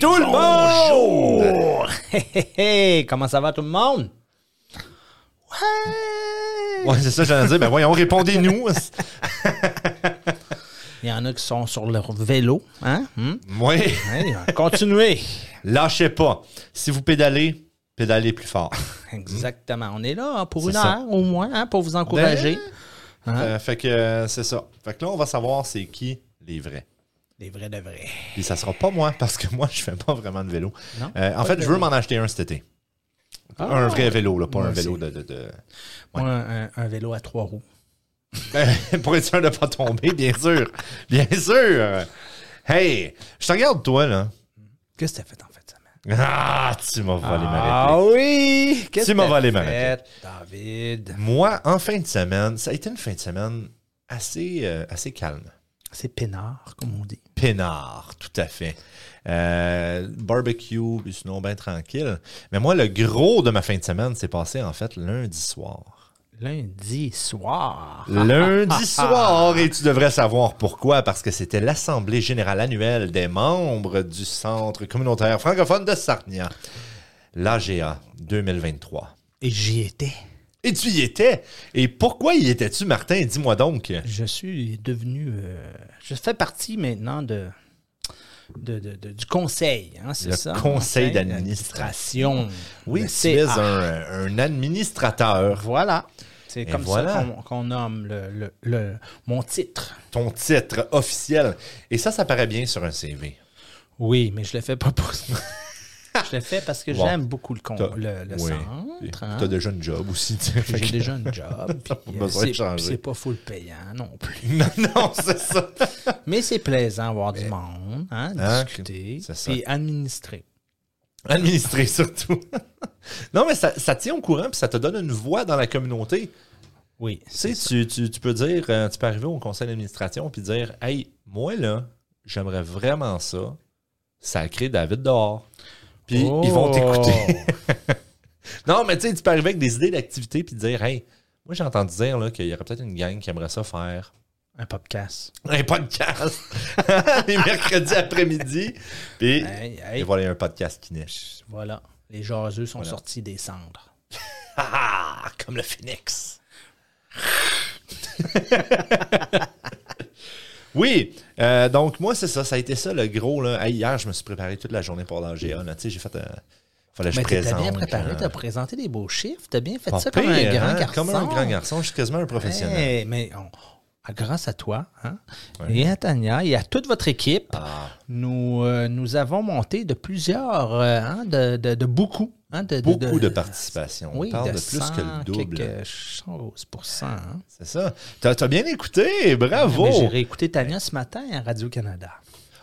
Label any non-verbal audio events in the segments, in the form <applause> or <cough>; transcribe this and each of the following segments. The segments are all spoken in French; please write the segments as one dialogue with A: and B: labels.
A: tout le monde! Bonjour! Hey, hey, hey, Comment ça va tout le monde? Ouais!
B: Ouais, c'est ça, j'allais dire. Ben voyons, répondez-nous.
A: Il y en a qui sont sur leur vélo. Hein? Hmm?
B: Oui,
A: Hey, <laughs> continuez!
B: lâchez pas. Si vous pédalez, pédalez plus fort.
A: Exactement. On est là hein, pour
B: C'est
A: une
B: ça.
A: heure au moins hein, pour vous encourager. Hein?
B: Euh, fait que euh, c'est ça. Fait que là, on va savoir c'est qui les vrais.
A: Des vrais de vrais.
B: Puis ça sera pas moi, parce que moi, je fais pas vraiment de vélo.
A: Non,
B: Euh, en
A: pas
B: fait,
A: de
B: je veux
A: vélo.
B: m'en acheter un cet été.
A: Ah.
B: un vrai vélo, là, pas
A: Moi
B: un vélo
A: aussi.
B: de... de- de- <laughs>
A: Moi, un, un vélo à trois roues.
B: Euh, Pour être sûr de pas tomber, bien sûr. Bien sûr. Hey, je te regarde, toi, là.
A: Qu'est-ce que t'as fait en fait, Sam?
B: Ah, tu m'as volé ma
A: Ah
B: réplique.
A: oui! Qu'est-ce
B: Tu m'as
A: que t'as
B: volé ma
A: fait, David.
B: Moi, en fin de semaine, ça a été une fin de semaine assez, euh, assez calme.
A: C'est peinard, comme on dit.
B: Peinard, tout à fait. Euh, barbecue, puis sinon, bien tranquille. Mais moi, le gros de ma fin de semaine s'est passé, en fait, lundi soir.
A: Lundi soir.
B: <laughs> Lundi soir, et tu devrais savoir pourquoi, parce que c'était l'Assemblée générale annuelle des membres du Centre communautaire francophone de Sarnia, l'AGA 2023.
A: Et j'y étais.
B: Et tu y étais. Et pourquoi y étais-tu, Martin? Dis-moi donc.
A: Je suis devenu. euh, je fais partie maintenant de. de- de- de- du conseil, hein, c'est
B: Le
A: ça?
B: conseil
A: Conseil
B: d'administration. Oui,
A: Le
B: tu es
A: CA.
B: un, un administrateur.
A: Voilà. C'est
B: Et
A: comme
B: voilà.
A: ça qu'on- qu'on nomme le, le- le- mon titre.
B: Ton titre officiel. Et ça, ça paraît bien sur un CV.
A: Oui, mais je le fais pas pour
B: <laughs>
A: ça. je le fais parce que
B: Bon.
A: j'aime beaucoup le, con-
B: T'as-
A: le, le
B: oui.
A: centre. hein.
B: Tu as déjà un job aussi. tu sais. Fait
A: J'ai
B: que-
A: déjà un job.
B: Pas
A: puis, euh,
B: besoin de
A: c'est-
B: changer.
A: C'est pas full payant non plus.
B: <laughs> Non, non, c'est ça.
A: Mais c'est plaisant voir du monde, hein,
B: Hein,
A: discuter,
B: c'est ça.
A: puis administrer.
B: Administrer surtout. non, mais ça, ça tient au courant puis ça te donne une voix dans la communauté.
A: Oui.
B: Tu sais, tu, tu- tu peux dire, euh, tu peux arriver au conseil d'administration puis dire Hey, moi là, j'aimerais vraiment ça. Sacré David dehors. Puis ils
A: Oh!
B: vont t'écouter. <laughs> Non, mais tu sais, tu peux arriver avec des idées d'activité puis dire, hey, moi j'ai entendu dire là, qu'il y aurait peut-être une gang qui aimerait ça faire
A: Un podcast.
B: un podcast <laughs> les mercredis après-midi. Puis,
A: Hey,
B: et
A: hey,
B: voilà, il y a un podcast qui naît.
A: Voilà. Les jaseux sont
B: Voilà.
A: sortis des cendres.
B: <laughs> Ah, ah, comme le phénix. oui, euh, donc moi, c'est ça. Ça a été ça le gros. Là. Hey, hier, je me suis préparé toute la journée pour l'AGA. là. Tu sais, j'ai fait. euh, fallait que je
A: Mais t'es
B: présente.
A: bien préparé,
B: euh,
A: t'as présenté des beaux chiffres, t'as bien fait
B: pas
A: ça comme un
B: pire,
A: grand
B: hein,
A: garçon.
B: Comme un grand garçon. Je suis quasiment un professionnel.
A: Hey, mais on- à- grâce à toi, hein, et à Tania, et à toute votre équipe,
B: Ah.
A: nous, euh, nous avons monté de plusieurs, euh, hein, de, de- de beaucoup. hein, de,
B: Beaucoup de participation. On
A: Oui,
B: parle de, plus que le
A: 100
B: double.
A: quelque chose pour cent, hein.
B: C'est ça. T'as as bien écouté. Bravo.
A: Mais J'ai réécouté Tania ce matin à Radio-Canada.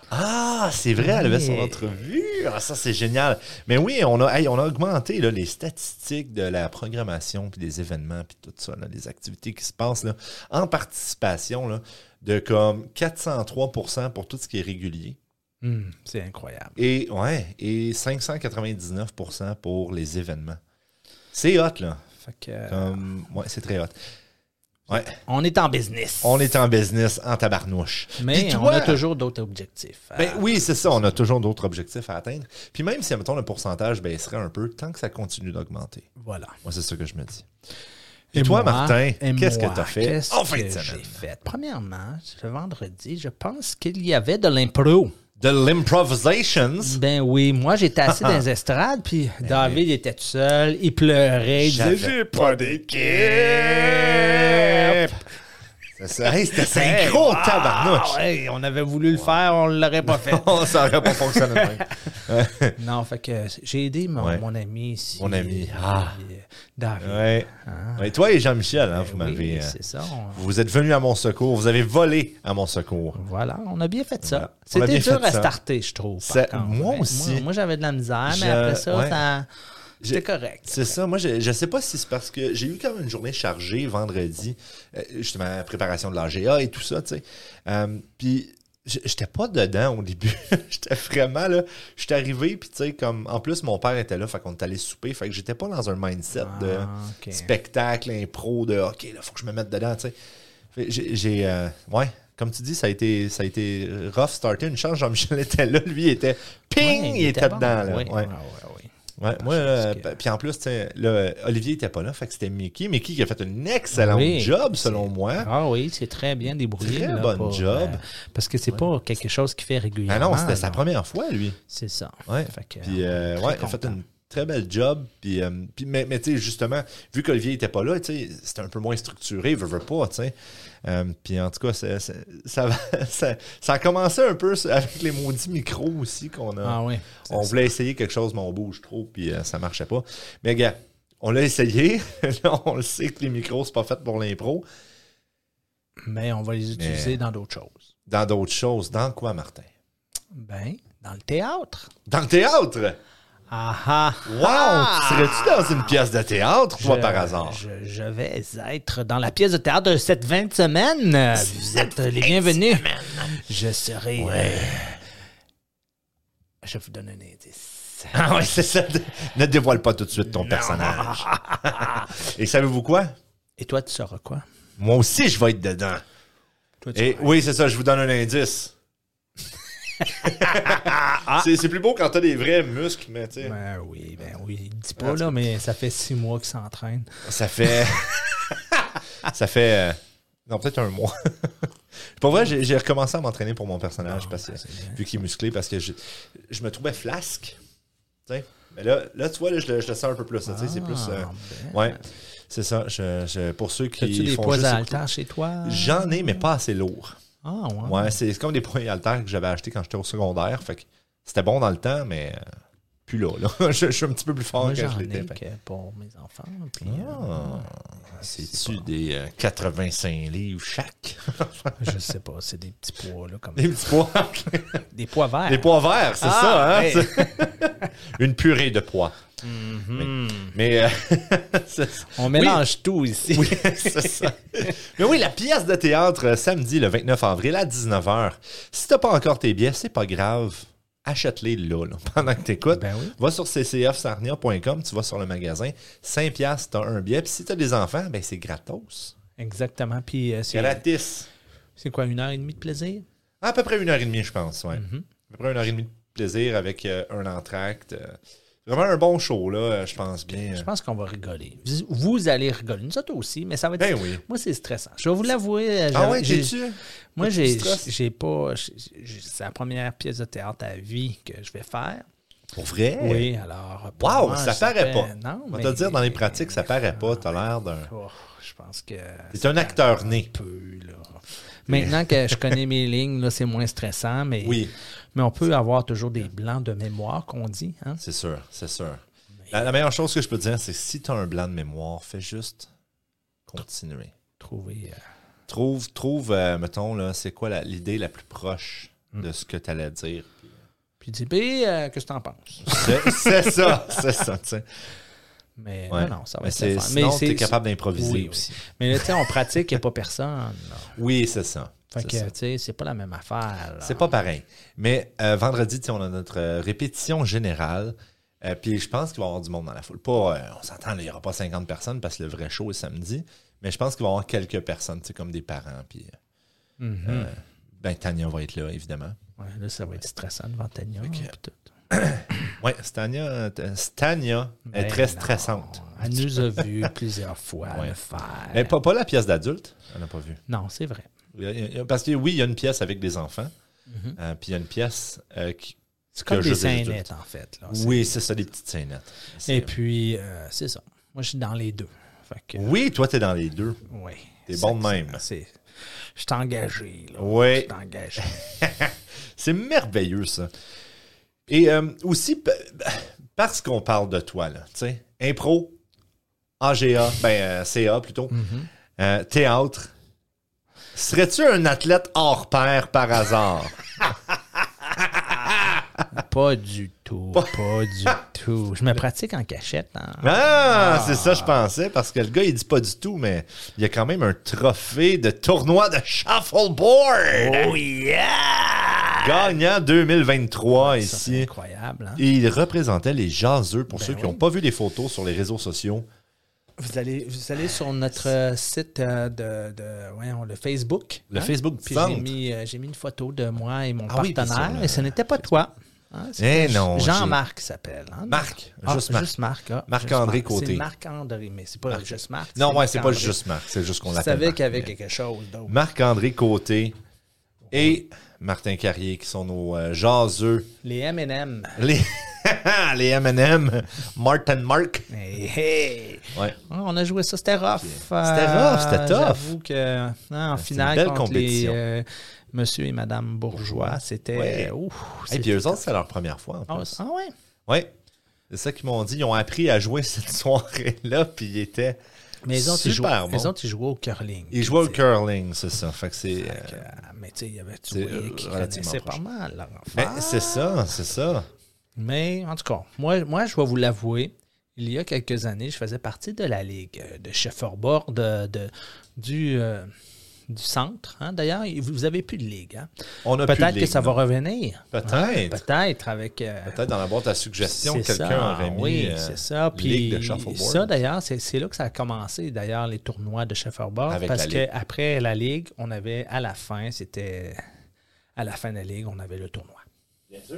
B: Ah, c'est vrai, elle avait son
A: Oui.
B: entrevue. Ah, ça, c'est génial. Mais oui, on a, hey, on a augmenté là, les statistiques de la programmation, puis des événements, puis tout ça, là, les activités qui se passent là, en participation là, de comme 403 pour tout ce qui est régulier
A: Hum, c'est incroyable.
B: et, ouais, et 599 pour les événements. C'est hot, là.
A: Fait que, euh,
B: Comme, ouais, c'est très hot. Ouais,
A: on est en business.
B: on est en business, en tabarnouche.
A: Mais
B: Puis
A: on a
B: toi-
A: toujours d'autres objectifs.
B: Ben
A: Ah,
B: oui, c'est ça. On a toujours d'autres objectifs à atteindre. Puis même si, mettons, le pourcentage baisserait un peu, tant que ça continue d'augmenter.
A: Voilà.
B: Moi, c'est ça que je me dis. Et, toi,
A: moi,
B: Martin,
A: et
B: qu'est-ce que
A: moi,
B: tu as fait
A: qu'est-ce
B: en fin
A: que
B: de
A: j'ai
B: semaine?
A: fait? Premièrement, ce vendredi, je pense qu'il y avait de l'impro.
B: De l'improvisations.
A: Ben oui, moi j'étais assis dans
B: <laughs>
A: les estrades, puis David était tout seul, il pleurait, il disait
B: Eh J'avais pas d'équipe! C'est ça. Hey, C'était synchro,
A: Hey, wow,
B: tabarnouche!
A: hey, on avait voulu le faire, on l'aurait <laughs> pas fait.
B: Oh, <laughs> ça aurait pas fonctionné. de même.
A: Ah. non, fait que j'ai aidé mon,
B: Ouais.
A: mon ami ici.
B: Mon ami,
A: euh,
B: ah.
A: euh, David.
B: ouais. Ouais, toi et Jean-Michel, hein, vous
A: Ben Oui,
B: m'avez. euh,
A: c'est ça. on-
B: vous êtes venus à mon secours. Vous avez volé à mon secours.
A: Voilà, on a bien fait ça.
B: Voilà. On a
A: C'était
B: bien
A: dur
B: fait
A: à
B: ça.
A: starter, je trouve. par
B: Ça-
A: contre.
B: moi
A: Ouais,
B: aussi.
A: Moi, moi, j'avais de la misère, mais
B: Je-
A: après ça,
B: ouais.
A: ça
B: J'ai-
A: c'était correct.
B: C'est ça. Moi, je, je sais pas si c'est parce que j'ai eu quand même une journée chargée vendredi, euh, justement, la préparation de l'AGA et tout ça, tu sais. Euh, puis, j- j'étais pas dedans au début. <laughs> j'étais vraiment là. J'étais arrivé, puis tu sais, comme. En plus, mon père était là, fait qu'on est allé souper, fait que j'étais pas dans un mindset de
A: Ah, ok.
B: spectacle, impro, de OK, là, faut que je me mette dedans, tu sais. Fait que J'ai. j'ai, euh, ouais. comme tu dis, ça a été, ça a été rough starter. Une chance, Jean-Michel était là, lui, il était ping,
A: Ouais,
B: il, était
A: bon.
B: dedans. là.
A: Oui,
B: Ouais.
A: ouais, ouais, ouais.
B: Ouais,
A: parce
B: moi, euh,
A: Ah, que-
B: ben, puis en plus, tu sais, là, euh, Olivier était pas là, fait que c'était Mickey. Mickey qui a fait un excellent
A: Oui,
B: job,
A: c'est-
B: selon moi.
A: Ah oui, c'est très bien débrouillé.
B: Très
A: là,
B: bonne
A: pour,
B: job.
A: euh, parce que c'est pas quelque chose qui fait
B: Ah
A: régulièrement.
B: non, c'était sa
A: là.
B: première fois, lui.
A: C'est ça.
B: Ouais.
A: Fait que,
B: Puis,
A: euh,
B: euh,
A: très
B: ouais, il a fait
A: content.
B: une très belle job. Puis, euh, puis- mais, mais tu sais, justement, vu qu'Olivier n'était pas là, tu sais, c'était un peu moins structuré, il veut, veut pas, tu sais. Euh, puis en tout cas, c'est- c'est- ça, va- <laughs> ça, ça a commencé un peu avec les maudits micros aussi qu'on a.
A: Ah oui.
B: On voulait essayer quelque chose, mais on bouge trop, puis euh, ça marchait pas. Mais gars, on l'a essayé. <laughs> Là, on le sait que les micros, c'est pas fait pour l'impro.
A: Mais on va les utiliser
B: Mais-
A: dans d'autres choses.
B: Dans d'autres choses. Dans quoi, Martin?
A: Ben, dans le théâtre.
B: Dans le théâtre!
A: Ah ah!
B: Wow!
A: ah!
B: Serais-tu dans une pièce de théâtre, toi,
A: Je-
B: par hasard?
A: Je, je vais être dans la pièce de théâtre de cette 20 semaines. Vous êtes les bienvenus. Je serai. euh, Je vous donne un indice.
B: <laughs> Ah ouais, c'est ça. Dé- Ne dévoile pas tout de suite ton personnage. <laughs> Et savez-vous quoi?
A: Et toi, tu sauras quoi?
B: Moi aussi, je vais être dedans.
A: Toi, tu
B: Et oui, c'est ça, je vous donne un
A: <laughs>
B: indice.
A: Ah.
B: c'est c'est plus beau quand t'as des vrais muscles, mais tu sais.
A: Ben oui, ben oui. Dis pas là, mais ça fait six mois qu'il s'entraîne.
B: Ça fait. ça fait. euh, Non, peut-être un mois. <laughs> Pour vrai, j'ai j'ai recommencé à m'entraîner pour mon
A: Ah,
B: personnage, parce que, vu qu'il est musclé, parce que je, je me trouvais flasque. Tu sais. Mais là, là, tu vois, là, je, le, je le sens un peu plus. là, tu sais, c'est
A: Ah,
B: plus. euh, ouais, c'est ça. je- je- pour ceux
A: As-tu
B: qui
A: ben. des
B: font
A: poids
B: juste
A: à
B: écouter-
A: haltères chez toi?
B: J'en ai, mais pas assez lourd.
A: Ah ouais.
B: Ouais, c'est c'est comme des poids haltères que j'avais acheté quand j'étais au secondaire. Fait que c'était bon dans le temps, mais euh, plus là. là. <laughs> je, je suis un petit peu plus fort
A: Moi,
B: que je
A: j'en
B: l'étais.
A: ai
B: fait que-
A: que pour mes enfants. Puis,
B: Ah, C'est-tu des euh, 85 livres chaque?
A: euh, je sais pas, c'est des petits poids là, comme
B: <laughs> Des petits <laughs> pois.
A: des poids verts.
B: Des pois verts, c'est
A: Ah,
B: ça, hein?
A: hey.
B: C'est- <laughs> Une purée de pois. Mais euh, <laughs> c'est ça.
A: On mélange tout ici.
B: Oui, c'est ça. <laughs> Mais oui, la pièce de théâtre euh, samedi le 29 avril à 19h. Si t'as pas encore tes billets, c'est pas grave. Achète-les là, <laughs> là, pendant que t'écoutes.
A: Ben oui.
B: Va sur ccfsarnia.com, tu vas sur le magasin. 5 piastres, t'as un billet. Puis si t'as des enfants, ben c'est gratos.
A: Exactement. Puis euh, c'est-
B: Gratis.
A: c'est quoi, une heure et demie de plaisir?
B: À peu près une heure et demie, je pense, ouais. À peu près une heure et demie de plaisir avec euh, un entracte. euh, vraiment un bon show, là, euh, je pense bien.
A: Je pense qu'on va rigoler. Vous- Vous allez rigoler. Nous autres aussi, mais ça va être.
B: Ben oui.
A: Moi, c'est stressant. Je vais vous l'avouer. euh,
B: Ah
A: j'avais-
B: ouais,
A: j'ai-
B: j'ai-tu?
A: Moi,
B: T'as-tu
A: j'ai
B: du stress?
A: j'ai pas. j'ai- j'ai- C'est la première pièce de théâtre à vie que je vais faire.
B: Pour vrai?
A: Oui, alors. pour
B: Wow,
A: moi,
B: ça paraît
A: fait-
B: pas.
A: Non,
B: On va
A: mais-
B: te dire, dans les pratiques, ça paraît pas. T'as l'air d'un.
A: Oh, je pense que.
B: T'es Ah, un acteur né.
A: peu, là. Maintenant que je connais mes lignes, là, c'est moins stressant, mais,
B: Oui.
A: mais on peut avoir toujours des blancs de mémoire qu'on dit. Hein?
B: C'est sûr, c'est sûr. La, la meilleure chose que je peux te dire, c'est que si t'as un blanc de mémoire, fais juste continuer.
A: Trouver. euh,
B: Trouve, trouve euh, mettons, là, c'est quoi la- l'idée la, plus proche de ce que t'allais dire.
A: puis dis, Bé, euh, qu'est-ce que t'en penses?
B: C'est c'est ça, <laughs> c'est ça, tu sais.
A: Mais
B: Ouais.
A: non, non, ça va
B: Mais
A: être le
B: c'est-
A: fun.
B: sinon,
A: c'est-
B: t'es capable d'improviser
A: Oui, oui.
B: aussi.
A: Mais là, tu sais, on pratique, il n'y a pas personne.
B: <laughs>
A: là.
B: Oui, c'est ça.
A: Fait
B: c'est
A: que,
B: ça.
A: tu sais, c'est pas la même affaire. là.
B: C'est pas pareil. Mais euh, vendredi, tu sais, on a notre euh, répétition générale. Euh, puis je pense qu'il va y avoir du monde dans la foule. Pas, euh, on s'entend, là, il n'y aura pas 50 personnes parce que le vrai show est samedi. Mais je pense qu'il va y avoir quelques personnes, tu sais, comme des parents. Puis, euh,
A: Mm-hmm.
B: euh, ben, Tania va être là, évidemment.
A: Ouais, là, ça va être stressant devant Tania. puis tout.
B: <laughs> Oui, Stania, euh, t- Stania est
A: Ben
B: très
A: non.
B: stressante.
A: Elle nous a vus plusieurs fois
B: Ouais.
A: le faire.
B: Mais pas, pas la pièce d'adulte, on n'a pas vu.
A: Non, c'est vrai.
B: Il y a- il y a- Parce que oui, il y a une pièce avec des enfants. Euh, puis il y a une pièce euh, qui.
A: C'est comme
B: que je
A: des
B: vais résoudre.
A: scénettes, en fait. Là. Ah, C'est-
B: Oui, c'est ça, des petites scénettes. C'est-
A: Et puis, euh, c'est ça. Moi, je suis dans les deux. Fait que,
B: Oui, toi, t'es dans les deux.
A: oui.
B: T'es bon de même.
A: C'est, je suis engagé. Là.
B: Oui.
A: Je suis engagé.
B: C'est merveilleux, ça. Et euh, aussi, p- parce qu'on parle de toi, là, tu sais, impro, AGA, ben euh, CA plutôt, euh, théâtre, serais-tu un athlète hors pair par hasard?
A: Pas du tout. Pas du tout. Je me pratique en cachette. hein.
B: ah, c'est ça, je pensais, parce que le gars, il dit pas du tout, mais il y a quand même un trophée de tournoi de shuffleboard!
A: Oh yeah!
B: Oh. Gagnant 2023
A: Ça,
B: ici.
A: c'est incroyable. hein.
B: Et il représentait les jaseux pour ceux qui
A: oui.
B: n'ont pas vu les photos sur les réseaux sociaux.
A: Vous allez, vous allez sur notre site euh, de, de- voyons, le Facebook.
B: Le
A: hein?
B: Facebook
A: Puis
B: Centre.
A: j'ai mis, euh, j'ai mis une photo de moi et mon
B: Ah oui, puis
A: partenaire,
B: sur le-
A: et ce n'était pas toi. Hein,
B: Eh
A: c'était
B: non,
A: Jean-Marc s'appelle. hein?
B: Marc,
A: Ah,
B: juste Marc.
A: ah,
B: Marc-André
A: juste Marc.
B: Côté.
A: C'est Marc-André, mais c'est pas juste Marc.
B: Non, ouais, c'est pas
A: Marc-André.
B: juste Marc, c'est juste qu'on
A: Je
B: l'appelle.
A: savais
B: Marc.
A: qu'il y avait
B: Mais-
A: quelque chose d'autre.
B: Marc-André Côté et Martin Carrier qui sont nos euh, jaseux.
A: Les M&M.
B: Les, <laughs> les MM, Martin Mark.
A: Hey, hey.
B: Ouais.
A: Ah, On a joué ça, c'était rough. C'était
B: rough, c'était tough.
A: J'avoue que hein, en finale,
B: belle
A: contre
B: compétition.
A: les euh, monsieur et madame bourgeois, c'était...
B: Ouais.
A: ouf,
B: Et puis eux autres, c'est leur première fois en
A: Ah
B: plus.
A: ah ouais?
B: Ouais. C'est ça qu'ils m'ont dit. Ils ont appris à jouer <laughs> cette soirée-là, puis ils étaient.
A: Mais les autres, ils jouaient,
B: Super bon.
A: les autres, ils jouaient au curling.
B: Ils jouaient au curling, c'est ça. Fait que c'est. euh,
A: Euh, mais tu sais, il y avait tu
B: C'est,
A: voyais
B: euh,
A: qui
B: relativement
A: connaissaient pas
B: proche.
A: mal leur
B: ben,
A: affaire.
B: c'est ça, c'est ça.
A: Mais en tout cas, moi, moi je vais vous l'avouer, il y a quelques années, je faisais partie de la ligue euh, de Shuffleboard de, de- du, euh, du centre. hein. D'ailleurs, vous vous avez plus de ligue. hein.
B: On a plus de
A: Peut-être que
B: ligue,
A: ça va
B: non?
A: revenir.
B: Peut-être.
A: Ah, Peut-être avec. euh,
B: Peut-être dans la boîte à suggestions,
A: c'est
B: quelqu'un
A: ça,
B: aurait mis.
A: Oui,
B: euh,
A: c'est ça. Puis
B: Ligue de Shuffleboard.
A: ça, d'ailleurs, c'est c'est là que ça a commencé, d'ailleurs, les tournois de Shuffleboard.
B: Avec
A: Parce
B: la Ligue.
A: qu'après la Ligue, on avait à la fin, c'était à la fin de la Ligue, on avait le tournoi.
B: Bien sûr.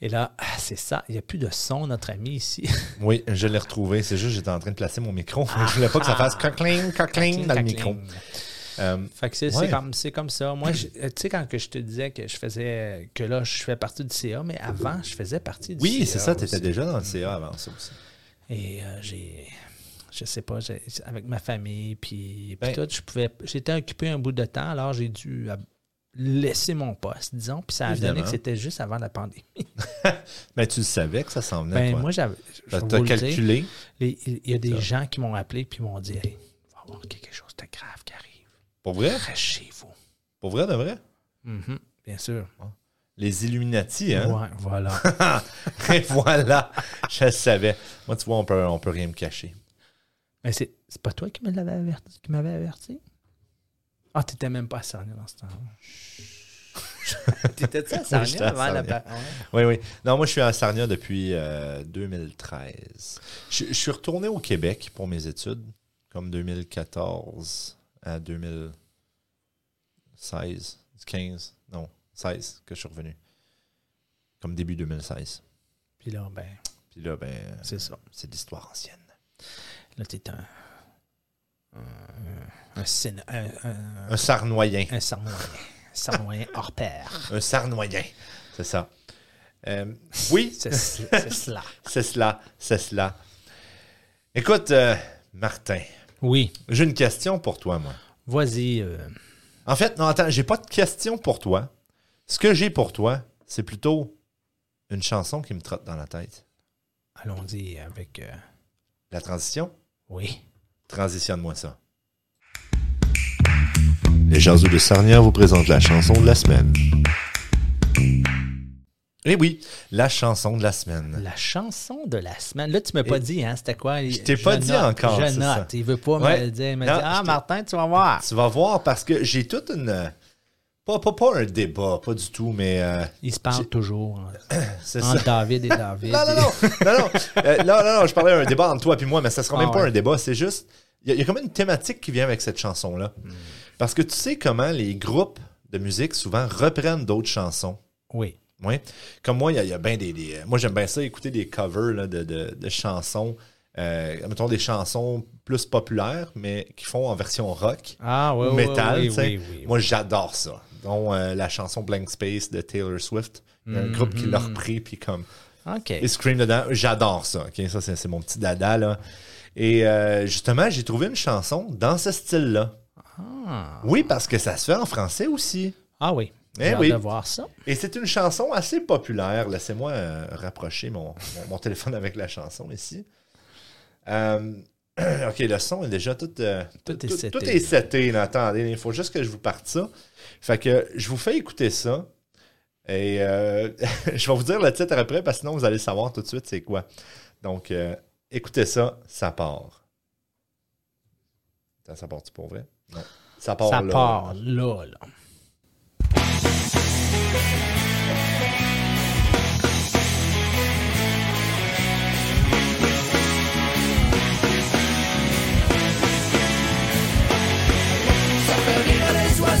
A: Et là, ah, c'est ça. Il n'y a plus de son, notre ami ici.
B: Oui, je l'ai retrouvé. C'est juste que j'étais en train de placer mon micro. je voulais pas que ça
A: Ah!
B: fasse cockling, cockling dans le micro. Euh,
A: Fait que c'est
B: Ouais.
A: c'est comme, c'est comme ça. Moi, je- euh, tu sais, quand que je te disais que je faisais que là, je fais partie du CA, mais avant, je faisais partie du CA.
B: oui, c'est ça. Tu étais
A: aussi.
B: déjà dans le CA avant ça aussi.
A: Et euh, j'ai. Je sais pas, j'ai- avec ma famille, puis, puis
B: Ben.
A: tout, je pouvais. J'étais occupé un bout de temps, alors j'ai dû euh, laisser mon poste, disons, puis ça a donné
B: Évidemment.
A: que c'était juste avant la pandémie.
B: Mais tu le savais que ça s'en venait,
A: Ben,
B: toi.
A: moi, j'avais. je
B: T'as-
A: vais
B: T'as
A: vous le dire,
B: calculé.
A: les- Il y a des gens qui m'ont appelé, puis m'ont dit Hey, il va y avoir quelque chose de grave qui arrive.
B: Pour vrai?
A: Reste chez vous.
B: Pour vrai, de vrai?
A: Mhm, bien sûr.
B: Les Illuminati, Mm-hmm. hein?
A: Ouais, voilà.
B: <laughs> Et voilà, je le savais. Moi, tu vois, on peut, on peut rien me cacher.
A: Mais c'est c'est pas toi qui me l'avais averti, qui m'avais averti? Ah, t'étais même pas à Sarnia dans ce
B: <laughs>
A: temps-là. T'étais-tu à
B: Sarnia avant la Oui, oui. Non, moi, je suis à Sarnia depuis euh, 2013. Je, je suis retourné au Québec pour mes études, comme 2014 à 2016, 15, non, 16 que je suis revenu. Comme début 2016.
A: Puis là, ben,
B: Puis là, ben,
A: c'est ça.
B: c'est de l'histoire ancienne.
A: Là, t'es un... Un... Un... Sénat- Un... Un...
B: Un Sarnoyen.
A: Un Sarnoyen. Un Sarnoyen hors pair.
B: Un Sarnoyen. C'est ça. Euh, oui, <laughs>
A: C'est c'est cela.
B: C'est cela, c'est cela. Écoute, euh, Martin,
A: Oui.
B: j'ai une question pour toi, moi.
A: Vas-y. euh,
B: En fait, non, attends, j'ai pas de question pour toi. Ce que j'ai pour toi, c'est plutôt une chanson qui me trotte dans la tête.
A: Allons-y avec... euh,
B: La transition?
A: Oui.
B: Transitionne-moi ça. Les Jaseux de Sarnia vous présentent la chanson de la semaine. Eh oui, la chanson de la semaine.
A: La chanson de la semaine. Là, tu m'as pas dit, hein, c'était quoi? Je
B: t'ai pas dit
A: note,
B: encore,
A: Je
B: c'est ça.
A: note. Il veut pas me
B: Ouais.
A: le dire. Il m'a
B: Non,
A: dit, ah,
B: je te-
A: Martin, tu vas voir.
B: Tu vas voir parce que j'ai toute une. Pas, pas, pas un débat, pas du tout, mais euh,
A: Ils se parlent toujours. hein.
B: <laughs> c'est ça.
A: Entre David et David.
B: Non, non, non. non, non. Euh, non, non, non, je parlais d'un débat entre toi et moi, mais ça sera
A: Ah
B: même pas
A: ouais.
B: un débat. C'est juste, il y, a- il y a quand même une thématique qui vient avec cette chanson-là. Parce que tu sais comment les groupes de musique souvent reprennent d'autres chansons.
A: Oui.
B: Ouais. Comme moi, il y a, il y a ben des, des- Moi, j'aime bien ça, écouter des covers là, de, de- de chansons. euh, mettons des chansons plus populaires, mais qui font en version rock
A: Ah, oui,
B: ou
A: oui,
B: métal.
A: oui,
B: tu sais.
A: oui, oui, oui.
B: Moi, j'adore ça. Dont euh, la chanson Blank Space de Taylor Swift. Il y
A: Mm,
B: a un groupe qui l'a repris, puis comme.
A: OK.
B: Et Scream dedans. J'adore ça. ok? Ça, c'est c'est mon petit dada. Là. Et euh, justement, j'ai trouvé une chanson dans ce style-là.
A: Ah,
B: Oui, parce que ça se fait en français aussi.
A: Ah oui.
B: Eh
A: J'ai hâte
B: oui.
A: de voir ça.
B: Et c'est une chanson assez populaire. Laissez-moi euh, rapprocher mon, mon- mon téléphone avec la chanson ici. Euh, <clears throat> ok, le son est déjà tout. euh,
A: Tout est seté.
B: Tout est seté, là. Attendez, il faut juste que je vous parte ça. Fait que je vous fais écouter ça. Et euh, <laughs> je vais vous dire le titre après, parce que sinon vous allez savoir tout de suite c'est quoi. Donc, euh, écoutez ça, ça part. Attends, ça part-tu pour vrai? Non. Ça part
A: ça
B: là.
A: part là, là.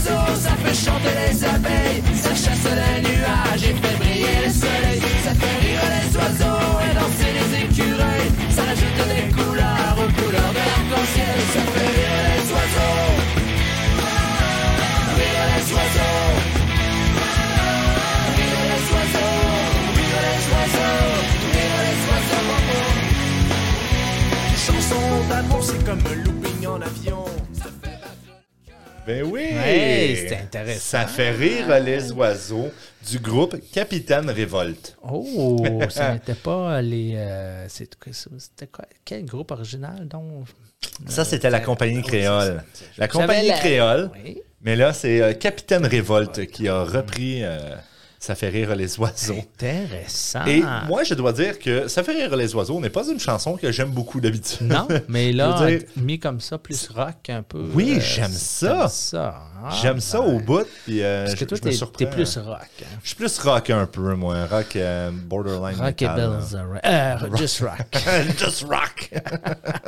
C: les abeilles, ça chasse les nuages et fait briller le soleil, ça fait rire les oiseaux et danser les écureuils, ça ajoute des couleurs aux couleurs de l'arc-en-ciel, ça fait rire les oiseaux, rire les oiseaux, rire les oiseaux, rire les oiseaux, rire les oiseaux. Chanson d'amour, c'est comme un looping en avion. Ça fait
B: Ben oui!
A: Hey, c'était intéressant.
B: Ça fait rire les oiseaux du groupe Capitaine Révolte.
A: Oh,
B: <laughs>
A: ça n'était pas les. euh, c'est- C'était quoi? Quel groupe original donc?
B: Ça, c'était la compagnie créole. La compagnie
A: la-
B: créole.
A: Oui.
B: Mais là, c'est euh, Capitaine Révolte qui a repris euh, Ça fait rire les oiseaux.
A: Intéressant.
B: Et moi, je dois dire que Ça fait rire les oiseaux n'est pas une chanson que j'aime beaucoup d'habitude. <laughs>
A: Non, mais là,
B: Je veux dire-
A: mis comme ça, plus rock un peu.
B: Oui, j'aime ça.
A: j'aime ça. Ah,
B: J'aime ça
A: ben.
B: au bout, puis euh,
A: Parce que
B: je,
A: toi,
B: je me
A: t'es-
B: surprends.
A: t'es plus rock. hein.
B: Je suis plus rock un peu, moi. Rock euh, borderline
A: Rock et
B: metal, là.
A: belles oreilles. Euh, Just
B: <laughs>
A: rock.
B: Just rock!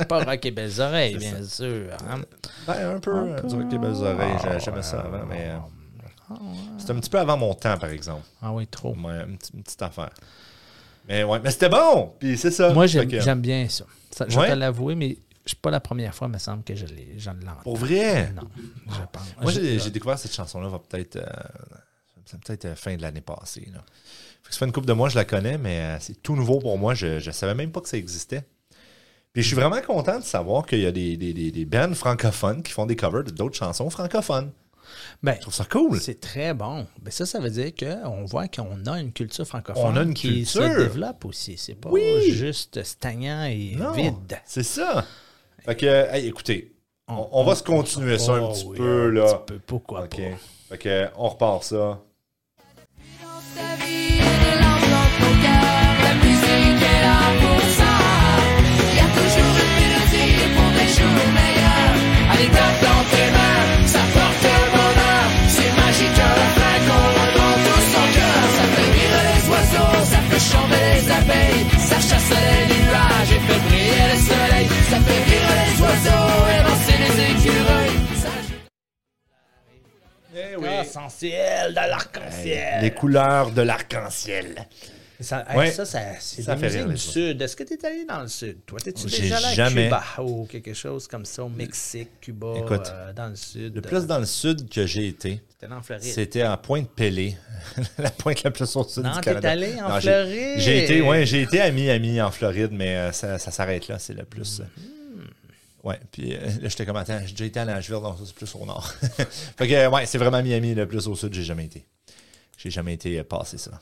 A: pas rock et belles oreilles, bien sûr. hein.
B: Ben, un peu, euh, du rock et belles oreilles. J'ai- J'aimais ça avant, mais... euh, C'était un petit peu avant mon temps, par exemple.
A: Ah oui, trop.
B: Ouais, une, petite- une petite affaire. Mais ouais, mais c'était bon! Puis c'est ça.
A: Moi,
B: Euh, Fait
A: j'aime
B: que-
A: j'aime bien ça. Ça, Je vais
B: Ouais.
A: te l'avouer, mais je pas la première fois, il me semble, que je l'ai- je l'entends.
B: Pour vrai!
A: Non, je pense.
B: Oh. Ah. Moi, j'ai
A: Je-
B: j'ai découvert cette chanson-là va peut-être euh, c'est peut-être euh, fin de l'année passée. Là. Fait que ça fait une couple de mois, je la connais, mais euh, c'est tout nouveau pour moi. Je ne savais même pas que ça existait. Puis je suis vraiment content de savoir qu'il y a des, des, des, des bands francophones qui font des covers de d'autres chansons francophones.
A: Ben,
B: Je trouve ça cool.
A: c'est très bon. Ben, ça, ça veut dire qu'on voit qu'on a une culture francophone
B: On a une
A: qui se
B: culture.
A: développe aussi. C'est pas juste stagnant et
B: Non,
A: vide.
B: C'est ça. Fait que, euh, hey, écoutez, on, on va se continuer ça un
A: Oh
B: petit
A: oui,
B: peu.
A: un
B: là.
A: petit peu, pourquoi
B: OK. Fait que, euh, on repart ça.
C: Ta vie et des larmes dans ton cœur, la musique est là pour ça. Il y a toujours une mélodie pour des jours meilleurs. Allez, tape dans tes mains, ça porte le bonheur. C'est magique un refrain qu'on revend tous son cœur. Ça fait rire les oiseaux, ça fait chanter les abeilles, ça chasse les nuages et fait briller le soleil. Ça fait rire les oiseaux et danser les écureuils. Ça-
B: Eh
A: Essentiel de l'arc-en-ciel.
B: Les couleurs de l'arc-en-ciel.
A: Ça,
B: Ouais.
A: hey, ça, ça- c'est
B: Ça
A: des
B: fait
A: musiques
B: rire, les
A: du
B: fois.
A: Sud. Est-ce que tu es allé dans le Sud? Toi, t'es-tu
B: J'ai
A: déjà allé à
B: jamais.
A: Cuba ou quelque chose comme ça, au Mexique, Cuba,
B: Écoute,
A: euh, dans le Sud?
B: Le plus dans le sud que j'ai été,
A: T'es allé en Floride.
B: C'était à Pointe-Pélée, <laughs> la pointe la plus au sud
A: Non,
B: du
A: t'es
B: Canada.
A: allé en
B: j'ai-
A: Floride.
B: J'ai été, ouais, j'ai été à Miami en Floride, mais euh, ça, ça s'arrête là, c'est le plus. euh,
A: Hmm.
B: Ouais, puis euh, là, j'étais comme, attends, j'ai déjà été à Nashville, donc ça, c'est plus au nord. <laughs> fait que, euh, ouais, c'est vraiment Miami, le plus au sud, j'ai jamais été. J'ai jamais été euh, passé ça.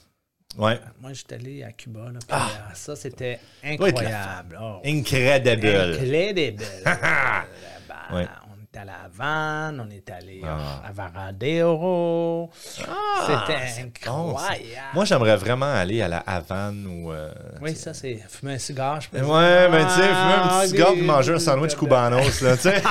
B: Ouais,
A: Moi, j'étais allé à Cuba. Là, puis,
B: Ah!
A: euh, ça, c'était incroyable. Oh,
B: incredible. <laughs>
A: incroyable. Ben,
B: Ah, Ouais. Ah.
A: On était allé à La Havane, on est allé euh, à Varadero. c'était
B: Bon, ça.
A: incroyable.
B: Moi, j'aimerais vraiment aller à la Havane ou. euh,
A: oui, ça, c'est fumer un cigare. je peux dire.
B: Ouais, mais tu sais, fumer un
A: Ah,
B: petit cigare
A: des-
B: puis manger un sandwich cubanos, là,
A: <laughs>
B: tu sais.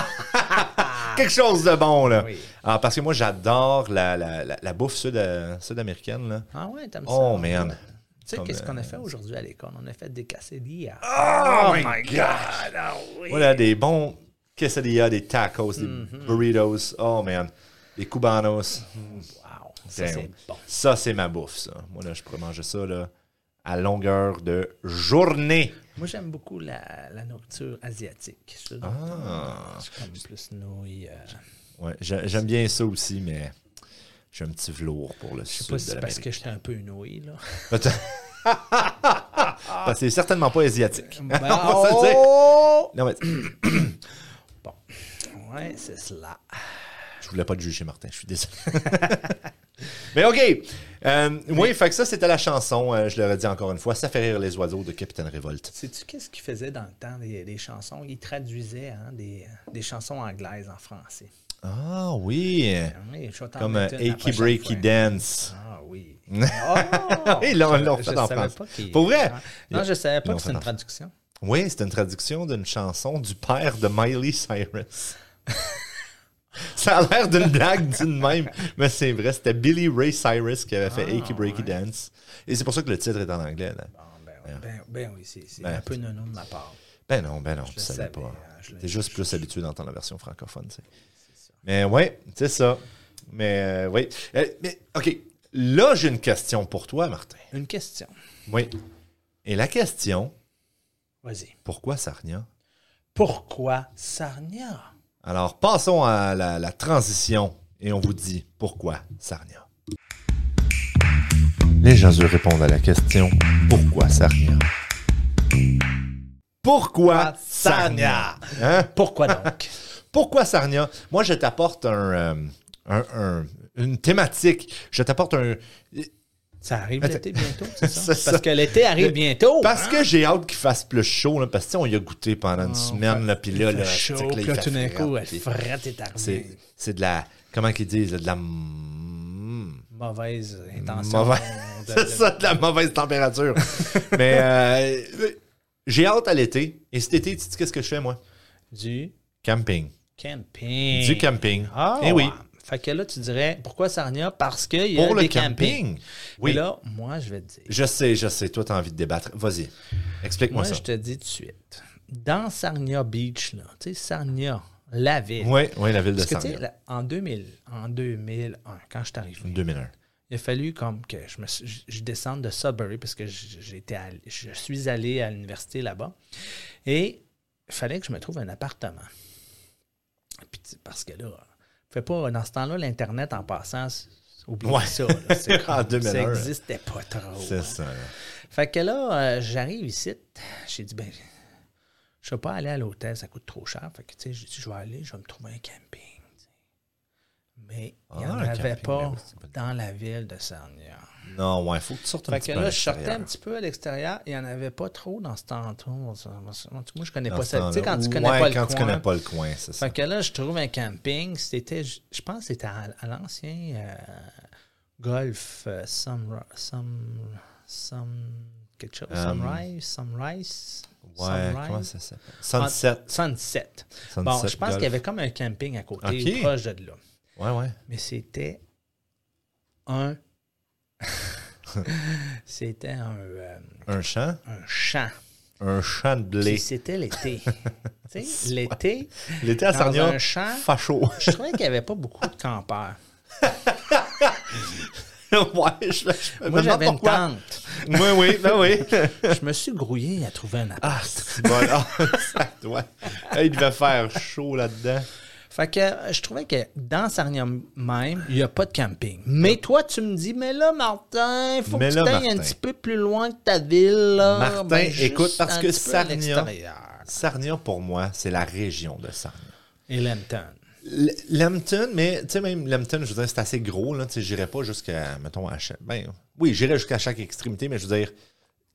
B: Quelque chose de bon, là.
A: Oui.
B: Ah, parce que moi, j'adore la, la, la, la bouffe sud, euh, sud-américaine, là.
A: Ah ouais, t'aimes ça.
B: Oh, man.
A: Tu sais,
B: Comme,
A: qu'est-ce qu'on
B: euh,
A: a fait aujourd'hui à l'école? On a fait des quesadillas.
B: Oh, my God!
A: Ah oui!
B: Voilà, des bons quesadillas, des tacos, des
A: Mm-hmm.
B: burritos. Oh, man. Des cubanos.
A: Wow! Ça,
B: Damn.
A: c'est bon.
B: Ça, c'est ma bouffe, ça. Moi, là, je pourrais manger ça, là, à longueur de journée.
A: Moi, j'aime beaucoup la, la nourriture asiatique. Je,
B: Ah.
A: je comme plus nouilles. euh,
B: Ouais, j'a- j'aime bien ça aussi, mais j'ai un petit velours pour le
A: je
B: sud
A: sais pas
B: de
A: si c'est
B: l'Amérique.
A: parce que j'étais un peu une nouille, là.
B: Peut- <laughs> Parce que c'est certainement pas asiatique.
A: Ben,
B: <laughs> On va se le dire.
A: oh!
B: Non, mais <clears throat>
A: Ouais, <laughs> c'est cela.
B: je voulais pas te juger, Martin. Je suis désolé. <laughs> mais OK. Euh, oui, fait que ça, c'était la chanson. euh, je le redis encore une fois. Ça fait rire les oiseaux de Capitaine Révolte.
A: Sais-tu qu'est-ce qu'ils faisaient dans le temps des, des chansons? Ils traduisaient hein, des, des chansons anglaises en français.
B: Ah oui.
A: Oui, je vais t'en
B: Comme
A: mettre Ah, une la
B: Aki
A: prochaine
B: Breaky
A: fois.
B: Dance.
A: Ah
B: <laughs>
A: oui. Oh!
B: Ils l'ont-
A: Je-
B: l'ont
A: je
B: fait en
A: savais
B: France.
A: pas qu'il-
B: Pour vrai?
A: Non, je savais
B: Ils
A: pas
B: l'ont
A: que c'est
B: fait
A: une
B: en France.
A: traduction.
B: Oui, c'est une traduction d'une chanson du père de
A: <laughs>
B: Miley Cyrus. Ça a l'air d'une blague d'une même, mais c'est vrai. C'était Billy Ray Cyrus qui avait fait Aki Breaky Dance. Et c'est pour ça que le titre est en anglais. là.
A: Ah, Bon, ben, oui, ben, ben oui, c'est c'est
B: Ah, Ben.
A: un peu nono de ma part.
B: Ben non, ben non, tu savais,
A: savais,
B: pas.
A: hein, je le-
B: T'es juste plus habitué d'entendre la version francophone, tu sais. Mais ouais, c'est ça. Mais euh, oui. Euh, mais OK. Là, j'ai une question pour toi, Martin.
A: Une question.
B: Oui. Et la question,
A: Vas-y.
B: pourquoi Sarnia?
A: Pourquoi Sarnia?
B: Alors, passons à la, la transition et on vous dit pourquoi Sarnia. Les gens eux répondent à la question pourquoi Sarnia? Pourquoi
A: Pourquoi
B: Sarnia? Hein?
A: Pourquoi
B: <laughs>
A: donc?
B: Pourquoi Sarnia? Moi, je t'apporte un, euh, un- un- une thématique. Je t'apporte un.
A: ça arrive l'été bientôt, c'est ça?
B: <laughs> C'est
A: Parce
B: ça.
A: que l'été arrive
B: Le-
A: bientôt.
B: Parce
A: hein?
B: que j'ai hâte qu'il fasse plus chaud, là, parce que tu sais, on y a goûté pendant une semaine, là, puis là,
A: Il
B: là,
A: Ah, fait
B: tu sais
A: chaud,
B: que là,
A: puis
B: il
A: là,
B: fait
A: tout d'un
B: frette,
A: coup, elle
B: puis
A: frette est
B: C'est
A: arrivée.
B: c'est de la. Comment qu'ils disent? là, De la. mm,
A: Mauvaise intention. <laughs>
B: mauvaise- <laughs>
A: de-
B: C'est ça, de la mauvaise
A: <laughs>
B: température. Mais euh, j'ai hâte à l'été. Et cet été, tu sais qu'est-ce que je fais, moi? <laughs>
A: Du
B: Camping.
A: camping.
B: Du camping.
A: Ah,
B: Eh oui.
A: ouais. Fait que là, tu dirais, pourquoi Sarnia? Parce qu'il y a
B: Pour le
A: des campings.
B: camping.
A: Oui.
B: Oui.
A: là, moi, je vais te dire.
B: Je sais, je sais. Toi, t'as envie de débattre. Vas-y. Explique-moi
A: Moi,
B: ça.
A: je te dis tout de suite. Dans Sarnia Beach, là, tu sais, Sarnia, la ville.
B: Oui, oui, la ville de
A: Parce que, tu sais,
B: Sarnia.
A: là, en 2000, en 2001, quand je suis arrivé,
B: 2001.
A: il a fallu comme que je, me, suis- je, je descende de Sudbury parce que j- j'étais à- je suis allé à l'université là-bas. Et il fallait que je me trouve un appartement. Puis, tu sais, parce que là, fais pas, dans ce temps-là, l'Internet en passant, c'est- oublie
B: Ouais.
A: ça. là.
B: <laughs>
A: C'est
B: En
A: comme-
B: 2001,
A: ça
B: là.
A: n'existait pas trop.
B: C'est ça. là.
A: Fait que là, euh, j'arrive ici, j'ai dit, ben, je ne vais pas aller à l'hôtel, ça coûte trop cher. Fait que, tu sais, j'ai dit, je vais aller, je vais me trouver un camping. tu sais. Mais il n'y
B: Ah,
A: en
B: un
A: avait
B: camping,
A: pas
B: ben oui, c'est une bonne
A: dans la ville de Sarnia.
B: Non, ouais, faut que tu sortes un
A: Fait
B: petit
A: que
B: peu à
A: là, je sortais
B: l'extérieur.
A: un petit peu à l'extérieur, il n'y en avait pas trop dans ce temps-là. En tout cas, Moi, je connais
B: Dans
A: pas
B: ce
A: ça. Tu sais,
B: temps-là.
A: quand tu connais
B: Ouais,
A: pas
B: quand
A: le
B: tu
A: coin.
B: connais pas le coin, c'est ça.
A: Fait que là, je trouve un camping, c'était, je je pense que c'était à, à l'ancien euh, golf euh, Sumra- Sum- Sum- quelque chose,
B: Um,
A: Sunrise, Sunrise,
B: Ouais,
A: Sunrise?
B: comment ça s'appelle? Sunset.
A: Sunset.
B: Sunset
A: Bon, je pense
B: Golf.
A: qu'il y avait comme un camping à côté,
B: Ok.
A: proche de là.
B: Ouais, ouais.
A: Mais c'était un. <laughs> c'était un, euh,
B: Un champ.
A: un champ.
B: Un champ de blé.
A: Puis c'était
B: <laughs>
A: l'été. tu sais, l'été,
B: L'été à
A: Dans
B: Sarnia,
A: un champ.
B: facho. <laughs>
A: je trouvais qu'il n'y avait pas beaucoup de campeurs.
B: ouais, je, je
A: Moi,
B: me demande
A: j'avais une
B: pourquoi.
A: tente.
B: Oui, oui,
A: <laughs>
B: ben oui.
A: Je me suis grouillé à trouver un appart.
B: Ah, c'est bon. Ah, ça doit. Ah, Il devait faire chaud là-dedans.
A: Fait que euh, je trouvais que dans Sarnia même, il n'y a pas de camping. Mais toi, tu me dis, mais là, Martin, il faut
B: Mais
A: que
B: là,
A: tu ailles un
B: Martin.
A: petit peu plus loin que ta ville. Là. Ben,
B: Martin,
A: juste
B: écoute, parce
A: un
B: que
A: petit peu à
B: Sarnia-
A: l'extérieur.
B: Sarnia, pour moi, c'est la région de Sarnia.
A: Et Lambton.
B: L- Lambton, mais tu sais, même Lambton, je veux dire, c'est assez gros. Là, tu sais, j'irais pas jusqu'à, mettons, à chaque. Ben, oui, j'irais jusqu'à chaque extrémité, mais je veux dire,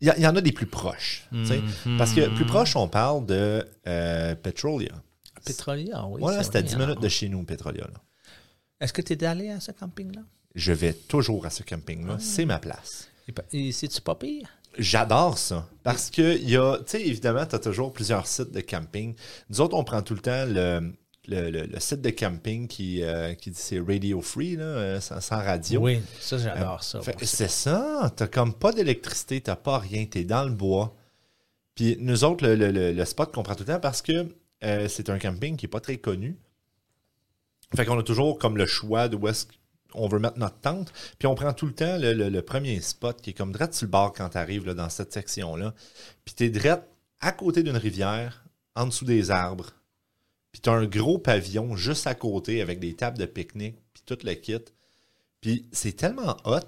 B: il y a- il y, en a des plus proches. tu sais.
A: Mm-hmm.
B: Parce que plus proche, on parle de euh, Petrolia.
A: Pétrolier, ah oui.
B: Voilà,
A: c'est
B: c'était à
A: vrai,
B: 10
A: hein.
B: minutes de chez nous, Petrolia. là.
A: Est-ce que tu es allé à ce camping-là?
B: Je vais toujours à ce
A: Ah.
B: camping-là. C'est ma place.
A: Et pa- Et c'est-tu pas pire?
B: J'adore ça. Parce que, il y a, tu sais, évidemment, tu as toujours plusieurs sites de camping. Nous autres, on prend tout le temps le, le, le- le site de camping qui, euh, qui dit c'est radio free, là, euh, sans, sans radio.
A: Oui, ça, j'adore ça.
B: Fait- c'est ça. T'as comme pas d'électricité, t'as pas rien, t'es dans le bois. Puis nous autres, le, le- le- le spot qu'on prend tout le temps parce que euh, c'est un camping qui est pas très connu. Fait qu'on a toujours comme le choix de où est-ce qu'on veut mettre notre tente. Puis on prend tout le temps le, le- le premier spot qui est comme drette sur le bord quand t'arrives là, dans cette section-là. Puis t'es drette à côté d'une rivière, en dessous des arbres. Puis t'as un gros pavillon juste à côté avec des tables de pique-nique, puis tout le kit. Puis c'est tellement hot.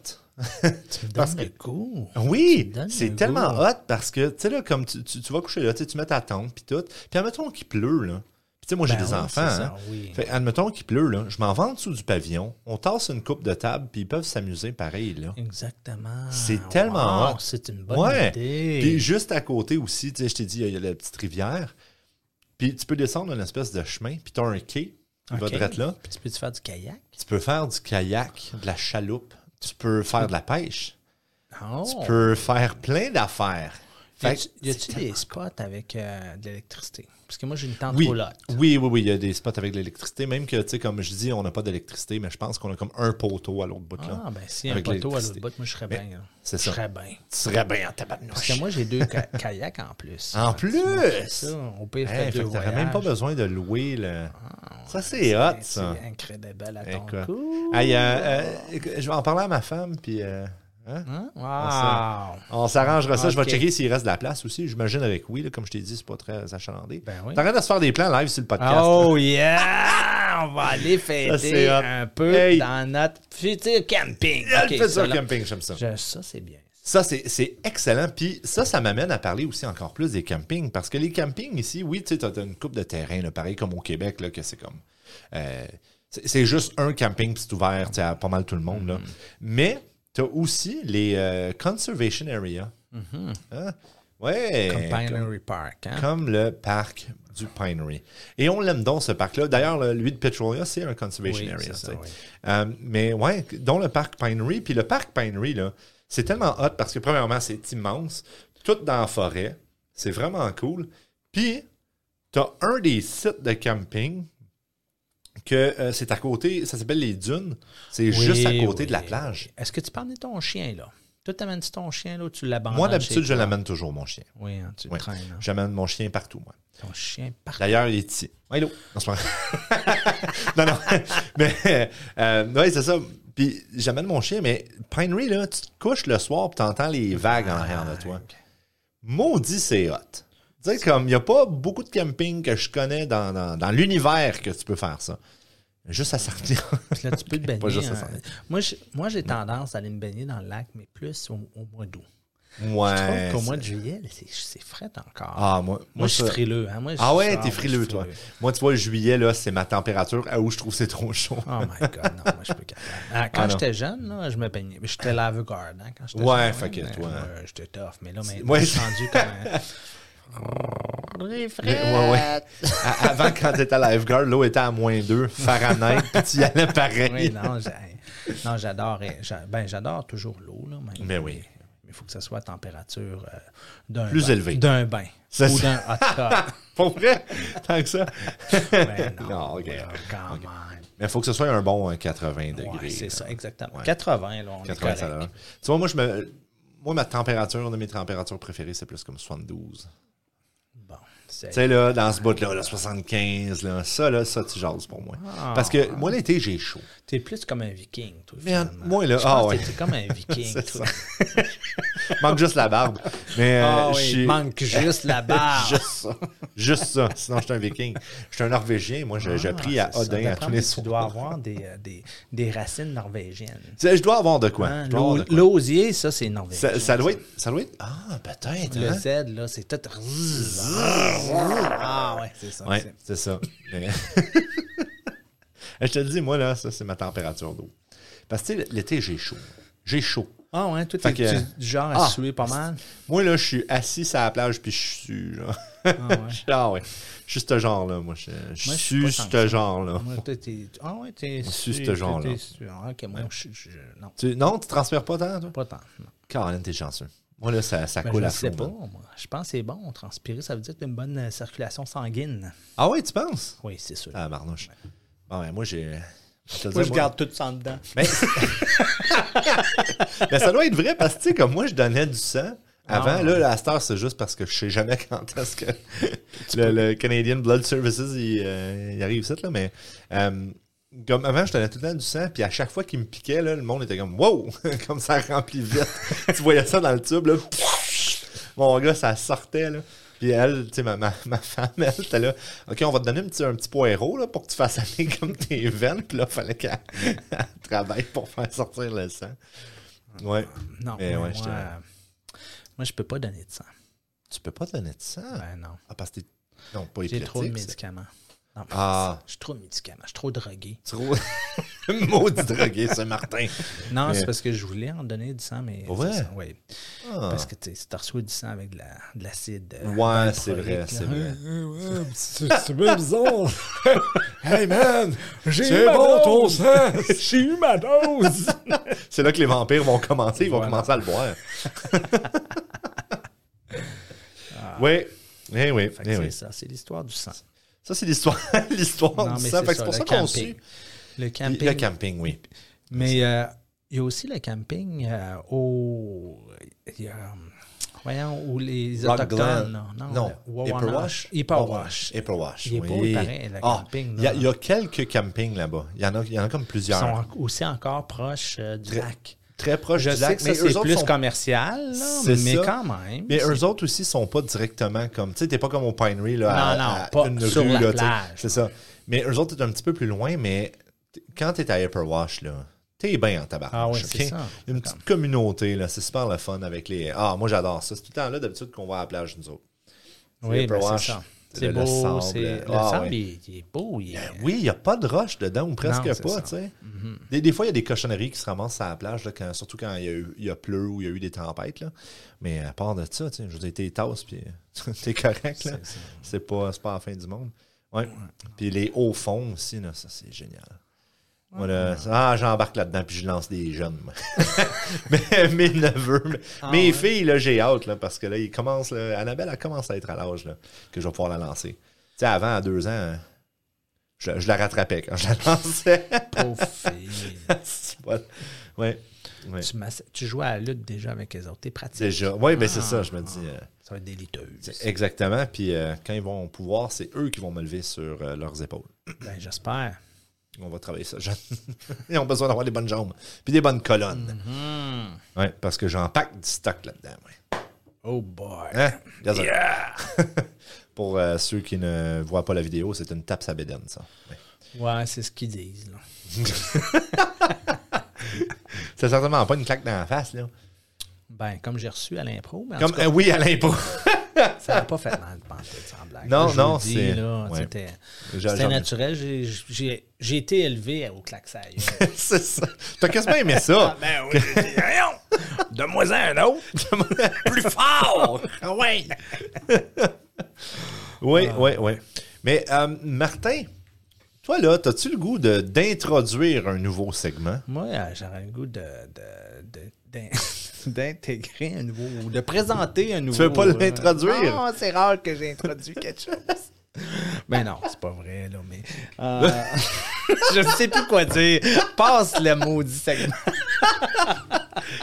A: tu me
B: parce
A: donnes le goût.
B: Oui,
A: donnes un
B: c'est tellement
A: goût.
B: hot parce que, tu sais, là, comme tu, tu- tu vas coucher là, tu sais, tu mets ta tente, puis tout. Puis admettons qu'il pleut, là. Puis tu sais, moi, j'ai
A: Ben
B: des
A: oui,
B: enfants.
A: c'est ça,
B: hein.
A: oui.
B: Fait, admettons qu'il pleut, là. Je m'en vais en dessous du pavillon. On tasse une coupe de table, puis ils peuvent s'amuser pareil, là.
A: Exactement.
B: C'est tellement
A: Wow,
B: hot.
A: C'est une bonne
B: Ouais.
A: idée.
B: Puis juste à côté aussi, tu sais, je t'ai dit, il y a- il y, a la petite rivière. Puis tu peux descendre une espèce de chemin, puis tu as un quai qui va
A: Ok.
B: drette là.
A: Puis tu peux-tu faire du kayak?
B: Tu peux faire du kayak, de la chaloupe. Tu peux faire de la pêche.
A: Non.
B: Tu peux faire plein d'affaires.
A: Oh. Y
B: Fait que
A: a-tu- y
B: c'est
A: a-tu des spots avec euh, de l'électricité? Parce que moi, j'ai une tente
B: Oui.
A: au lot.
B: Oui, oui, oui, il y a des spots avec de l'électricité. Même que, tu sais, comme je dis, on n'a pas d'électricité, mais je pense qu'on a comme un poteau à l'autre bout. là.
A: Ah, ben si, un
B: Avec
A: poteau à l'autre
B: l'électricité.
A: bout, moi, je serais bien. là.
B: c'est
A: Je
B: ça.
A: serais bien.
B: Tu serais bien en
A: Parce
B: tabarnouche.
A: que moi, j'ai
B: <laughs>
A: deux ca- kayaks en plus.
B: En
A: Ah, tu vois,
B: plus!
A: c'est ça. Au pire,
B: Hey,
A: fait
B: fait
A: deux
B: que t'aurais même pas besoin de louer. Là. ça, c'est hot,
A: voyages.
B: ça.
A: C'est incroyable à ton
B: Écoute.
A: cou.
B: Hey, euh, euh, écoute, je vais en parler à ma femme, puis euh, hein?
A: Hein?
B: Ah,
A: Wow!
B: on s'arrangera ça. Je vais
A: Ok.
B: checker s'il reste de la place aussi. J'imagine avec oui, là, comme je t'ai dit, c'est pas très achalandé.
A: Ben oui.
B: T'as rien à se faire des plans live sur le podcast.
A: Oh yeah! On va aller
B: <laughs> Ça,
A: fêter
B: c'est hot.
A: un peu
B: Hey!
A: dans notre futur camping.
B: <laughs> Elle
A: Ok,
B: fait ça
A: ça,
B: au
A: là.
B: camping, j'aime ça.
A: Je- Ça, c'est bien.
B: Ça, c'est c'est excellent. Puis ça, ça m'amène à parler aussi encore plus des campings. Parce que les campings ici, oui, tu sais, t'as t'as une coupe de terrain, là, pareil comme au Québec, là, que c'est comme. euh, c'est c'est juste un camping, puis c'est ouvert tu sais, à pas mal tout le monde. Là. Mais t'as aussi les euh, conservation area. Hein? Ouais.
A: Comme
B: comme-
A: Pinery Park. Hein?
B: comme le parc du Pinery. Et on l'aime donc, ce parc-là. D'ailleurs, le- lui de Petrolia, c'est un conservation
A: Oui,
B: area.
A: c'est
B: tu
A: ça,
B: sais.
A: oui.
B: Euh, mais ouais, dont le parc Pinery. Puis le parc Pinery, là, c'est tellement hot parce que, premièrement, c'est immense. Tout dans la forêt. C'est vraiment cool. Puis, t'as un des sites de camping que euh, c'est à côté, ça s'appelle les dunes. C'est
A: Oui,
B: juste à côté de la
A: oui.
B: plage.
A: Est-ce que tu parles de ton chien, là? Toi, t'amènes-tu ton chien, là, ou tu l'abandonnes?
B: Moi,
A: chez
B: d'habitude, je
A: toi?
B: l'amène toujours, mon chien.
A: Oui, hein, tu le
B: Ouais.
A: traînes. hein.
B: J'amène mon chien partout, moi.
A: Ton chien partout.
B: D'ailleurs, il est petit. Hello. Non, c'est pas vrai. <laughs> non, non. Mais, euh, ouais, c'est ça. Puis, j'amène mon chien, mais Pinery, là, tu te couches le soir puis t'entends les vagues en arrière de toi. Maudit, c'est hot. Tu sais, comme, il n'y a pas beaucoup de camping que je connais dans, dans- dans l'univers que tu peux faire ça. Juste à sortir. <laughs>
A: Puis là, tu peux te baigner.
B: Pas juste
A: hein.
B: ça, ça.
A: Moi, je- moi, j'ai tendance à aller me baigner dans le lac, mais plus au, au mois d'août. Je trouve
B: Ouais.
A: qu'au mois de juillet, là, c'est- c'est frais encore.
B: Euh, Ah, moi, moi,
A: moi, je suis
B: ça-
A: frileux. hein. Moi, je-
B: Ah ouais,
A: moi,
B: t'es
A: je
B: frileux,
A: suis
B: toi. Moi, tu vois, juillet, là, c'est ma température à où je trouve que c'est
A: <laughs>
B: trop chaud.
A: Oh my God, non, moi, je suis plus
B: <laughs>
A: capable. Ah, quand
B: Ah, non.
A: j'étais jeune, là, je me baignais. J'étais laveur-garde hein, quand j'étais
B: Ouais,
A: jeune.
B: fait que toi.
A: euh, J'étais tough, mais là, maintenant,
B: Ouais.
A: je suis rendu
B: <laughs>
A: comme un... Les
B: Ouais, ouais. À- avant, quand t'étais à la lifeguard, l'eau était à moins 2 Fahrenheit, puis tu y allais pareil.
A: Oui, non, j'ai- non, j'adore. eh, j'a- Ben, j'adore toujours l'eau, là. même.
B: Mais Ben oui.
A: Mais il faut que ça soit à température euh, d'un
B: Plus
A: bain-
B: élevée.
A: D'un bain.
B: Ça,
A: ou
B: c'est-
A: d'un hot
B: <laughs>
A: tub.
B: Pour vrai? Tant que ça.
A: Ben non,
B: Non, ok.
A: là, quand même.
B: Mais il faut que ce soit un bon euh, 80 degrés.
A: Ouais, c'est ça, exactement.
B: Ouais.
A: 80, là, on
B: 80
A: est correct.
B: salaires. Tu vois, moi, je me... moi, ma température, une de mes températures préférées, c'est plus comme 72.
A: Bon, c'est...
B: Tu sais, là, dans ce bout-là, là, 75, là, ça, là, ça, tu jases pour moi.
A: Ah.
B: Parce que moi, l'été, j'ai chaud.
A: T'es plus comme un viking, toi.
B: Merde,
A: finalement.
B: moi, là,
A: Je
B: ah
A: pense que
B: ouais.
A: T'es comme
B: <laughs>
A: un viking,
B: C'est
A: toi.
B: Manque juste la barbe. Mais euh,
A: Ah
B: je
A: oui,
B: suis-
A: il
B: <laughs>
A: manque juste la barre. Ah,
B: Juste ça. Juste ça. Sinon, je suis un viking. Je suis un Norvégien. Moi, je, je prie à
A: Ah, c'est ça.
B: Odin à
A: D'après
B: tous
A: moi,
B: les
A: Tu
B: soirs.
A: dois avoir des, euh, des, des racines norvégiennes.
B: Tu sais, Je dois avoir de quoi.
A: Hein,
B: Je dois avoir de
A: l'o-
B: quoi.
A: L'osier, ça, c'est norvégien.
B: Ça, ça doit être, ça doit être. Ah, peut-être.
A: Le
B: hein?
A: Z, là, c'est tout. Ah ouais, c'est ça.
B: Ouais,
A: c'est-
B: c'est ça. <laughs> Mais- Je te le dis, moi, là, ça, c'est ma température d'eau. Parce que, tu sais, l'été, j'ai chaud. J'ai chaud.
A: Ah ouais, toi,
B: Fait
A: t'es
B: que-
A: tu- du genre à
B: Ah.
A: suer pas mal.
B: Moi, là, je suis assis sur la plage, puis je suis, là.
A: ouais.
B: Je suis- <laughs> Ah ouais. Je suis ce genre-là, moi. Je, je
A: Moi, je suis pas
B: suis
A: tant que
B: ce
A: ça.
B: genre-là.
A: Moi, toi, t'es. Ah ouais, t'es.
B: suis
A: tu-
B: ce
A: toi,
B: genre-là.
A: t'es su- Ah, Ok, moi, je je- je- Non,
B: Tu, non, tu transpires pas tant, toi?
A: pas tant. non.
B: Caroline, t'es chanceux. Moi, là, ça, ça
A: Ben,
B: coule
A: je
B: à
A: sais
B: flot,
A: pas,
B: man.
A: moi. Je pense que c'est bon. Transpirer, ça veut dire que t'as une bonne euh, circulation sanguine.
B: Ah ouais, tu penses?
A: Oui, c'est sûr.
B: Ah, marnouche. Bon, ben, moi, j'ai. je te le
A: Moi,
B: dis,
A: je
B: moi-
A: garde tout ça en dedans.
B: Mais <laughs> Mais Ben, ça doit être vrai parce que, tu sais, comme moi, je donnais du sang. Avant,
A: Ah.
B: là, la star, c'est juste parce que je sais jamais <laughs> quand est-ce que le, le Canadian Blood Services, il, euh, il arrive ici, là, mais euh, comme avant, je donnais tout le temps du sang, puis à chaque fois qu'il me piquait, là, le monde était comme « Wow! » <laughs> Comme ça remplit vite. tu voyais ça dans le tube, là. Mon gars, ça sortait, là. Puis elle, tu sais, ma, ma, ma femme, elle était là « OK, on va te donner un petit, un petit poireau, là, pour que tu fasses aller comme tes veines. » Puis là, fallait qu'elle <laughs> elle travaille pour faire sortir le sang. Ouais.
A: Non,
B: Mais
A: moi,
B: ouais, j'étais-
A: moi, euh, moi, je peux pas donner de sang.
B: Tu peux pas donner de sang.
A: Ben non.
B: Ah, parce que t'es. Non, pas
A: J'ai
B: épileptique.
A: trop de
B: c'est-
A: médicaments. Non,
B: Ah.
A: Je suis trop de médicaments. Je suis trop drogué.
B: Trop. <laughs> Maudit drogué, ce Martin.
A: Non,
B: Mais-
A: c'est parce que je voulais en donner du sang, mais.
B: Pour vrai?
A: c'est ça, ouais.
B: Ah.
A: Parce que tu sais, si tu reçois du sang avec de la- de l'acide. euh,
B: Ouais, c'est
A: valproïque,
B: vrai,
A: là,
B: c'est vrai.
D: Eh, C'est bien bizarre. hey man,
A: eu
D: j'ai
A: ma
D: bon ton
A: dose.
D: sang.
A: J'ai eu ma dose! <laughs>
B: C'est là que les vampires vont commencer, ils vont
A: Voilà.
B: commencer à le boire. Oui. Eh oui.
A: Ah. Fait que
B: Eh
A: c'est
B: oui.
A: ça, c'est l'histoire du sang.
B: Ça, c'est l'histoire, <laughs> l'histoire
A: Non,
B: du
A: mais
B: sang.
A: c'est
B: Fait que C'est pour
A: ça,
B: ça
A: le
B: qu'on
A: camping.
B: suit.
A: Le camping.
B: Le camping, oui.
A: Mais euh, il y a aussi le camping euh, au. il y a, euh, voyons, où les
B: Rock
A: Autochtones.
B: Glen.
A: Non,
B: Non.
A: le Wawana-
B: Hipperwash?
A: Hipperwash.
B: Hipperwash,
A: Il est beau,
B: oui.
A: il paraît, le
B: Ah,
A: camping,
B: Il y, a-
A: là.
B: il y a quelques campings là-bas. Il y, en a- il y en a comme
A: Ils
B: plusieurs.
A: sont en- aussi encore proches euh, du
B: Très-
A: lac.
B: Très proches
A: Je
B: du
A: sais
B: lac,
A: que
B: mais
A: ça,
B: eux
A: c'est
B: autres
A: plus
B: sont-
A: commercial, là,
B: C'est
A: mais
B: ça.
A: quand même.
B: Mais
A: c'est-
B: eux autres aussi sont pas directement comme. Tu sais, t'es pas comme au Pinery, là. à-
A: Non, non,
B: à
A: pas
B: une
A: sur
B: rue,
A: la
B: là, tu sais.
A: plage.
B: C'est ça. Mais eux autres, t'es un petit peu plus loin, mais t- quand t'es à Wash, là, t'es bien en tabac.
A: Ah oui, c'est ça.
B: Une petite communauté, là. C'est super le fun avec les. Ah, moi, j'adore ça. C'est tout le temps là, d'habitude, qu'on va à la plage, nous autres.
A: oui, ben, c'est
B: Hipperwash,
A: ça.
B: le-
A: C'est
B: le
A: beau,
B: sable,
A: c'est le
B: ah, Ben
A: sable,
B: ouais.
A: il, il est beau. Il est...
B: Oui, il n'y a pas de roche dedans, ou presque
A: Non, c'est
B: pas,
A: ça. Mhm.
B: tu sais. Des, des fois, il y a des cochonneries qui se ramassent à la plage, là, quand- surtout quand il y, a eu- il y a pleu ou il y a eu des tempêtes. Là. Mais à part de ça, tu sais, je veux dire, t'es tasse, puis <laughs> t'es correct. là. C'est pas, c'est pas la fin du monde. Ouais. Puis les hauts fonds aussi, là, ça, c'est génial. Moi, là, ah, j'embarque là-dedans, puis je lance des jeunes. moi. <laughs> mes, mes neveux, mes,
A: Ah,
B: mes filles, là, j'ai hâte, là, parce que là, ils commencent, là, Annabelle, elle commence à être à l'âge là, que je vais pouvoir la lancer. Tu sais, avant, à deux ans, je, je la rattrapais quand je la lançais. <laughs>
A: Pauvre fille.
B: Voilà. Ouais. Ouais.
A: tu, m'as- tu joues à la lutte déjà avec les autres. T'es pratique.
B: Déjà. Oui, mais c'est
A: Ah.
B: ça, je me dis. euh,
A: Ça va être déliteux.
B: exactement. Puis euh, quand ils vont pouvoir, c'est eux qui vont me lever sur euh, leurs épaules.
A: Ben, J'espère.
B: On va travailler ça jeune. <laughs> ils ont besoin d'avoir des bonnes jambes. Puis des bonnes colonnes.
A: Mm-hmm.
B: Ouais, parce que j'en pack du stock là-dedans. ouais.
A: Oh boy.
B: Hein? Yes, sir. <laughs> Pour euh, ceux qui ne voient pas la vidéo, c'est une tape à bédaine, ça. Ouais.
A: Ouais, c'est ce qu'ils disent. là.
B: C'est certainement pas une claque dans la face, là.
A: Ben, comme j'ai reçu à l'impro, mais en
B: Comme,
A: tout cas,
B: euh, oui, à l'impôt.
A: ça n'a pas fait mal de penser sans blague.
B: Non,
A: Là, je
B: non,
A: vous le dis,
B: c'est-
A: là,
B: ouais.
A: C'était
B: J'ai-
A: c'était
B: j'en-
A: naturel. J'ai- J'ai j'ai été élevé au
B: <laughs>
A: claxaille.
B: <laughs> c'est ça. T'as quasiment
A: <laughs>
B: aimé ça.
A: ben oui, j'ai dit, voyons, de moins à un autre, plus fort. Ah Oui.
B: Oui,
A: Ah.
B: oui, oui. Mais euh, Martin, toi là, as-tu le goût de- d'introduire un
A: <laughs>
B: nouveau segment?
A: Moi, euh, j'aurais le goût de- de- de- d'in- <laughs> d'intégrer un nouveau, ou de présenter un nouveau.
B: veux pas
A: euh,
B: l'introduire?
A: Non, c'est rare que j'ai introduit quelque chose. Mais non, c'est pas vrai, là, mais. <laughs> euh, je sais plus quoi dire. Passe le maudit segment.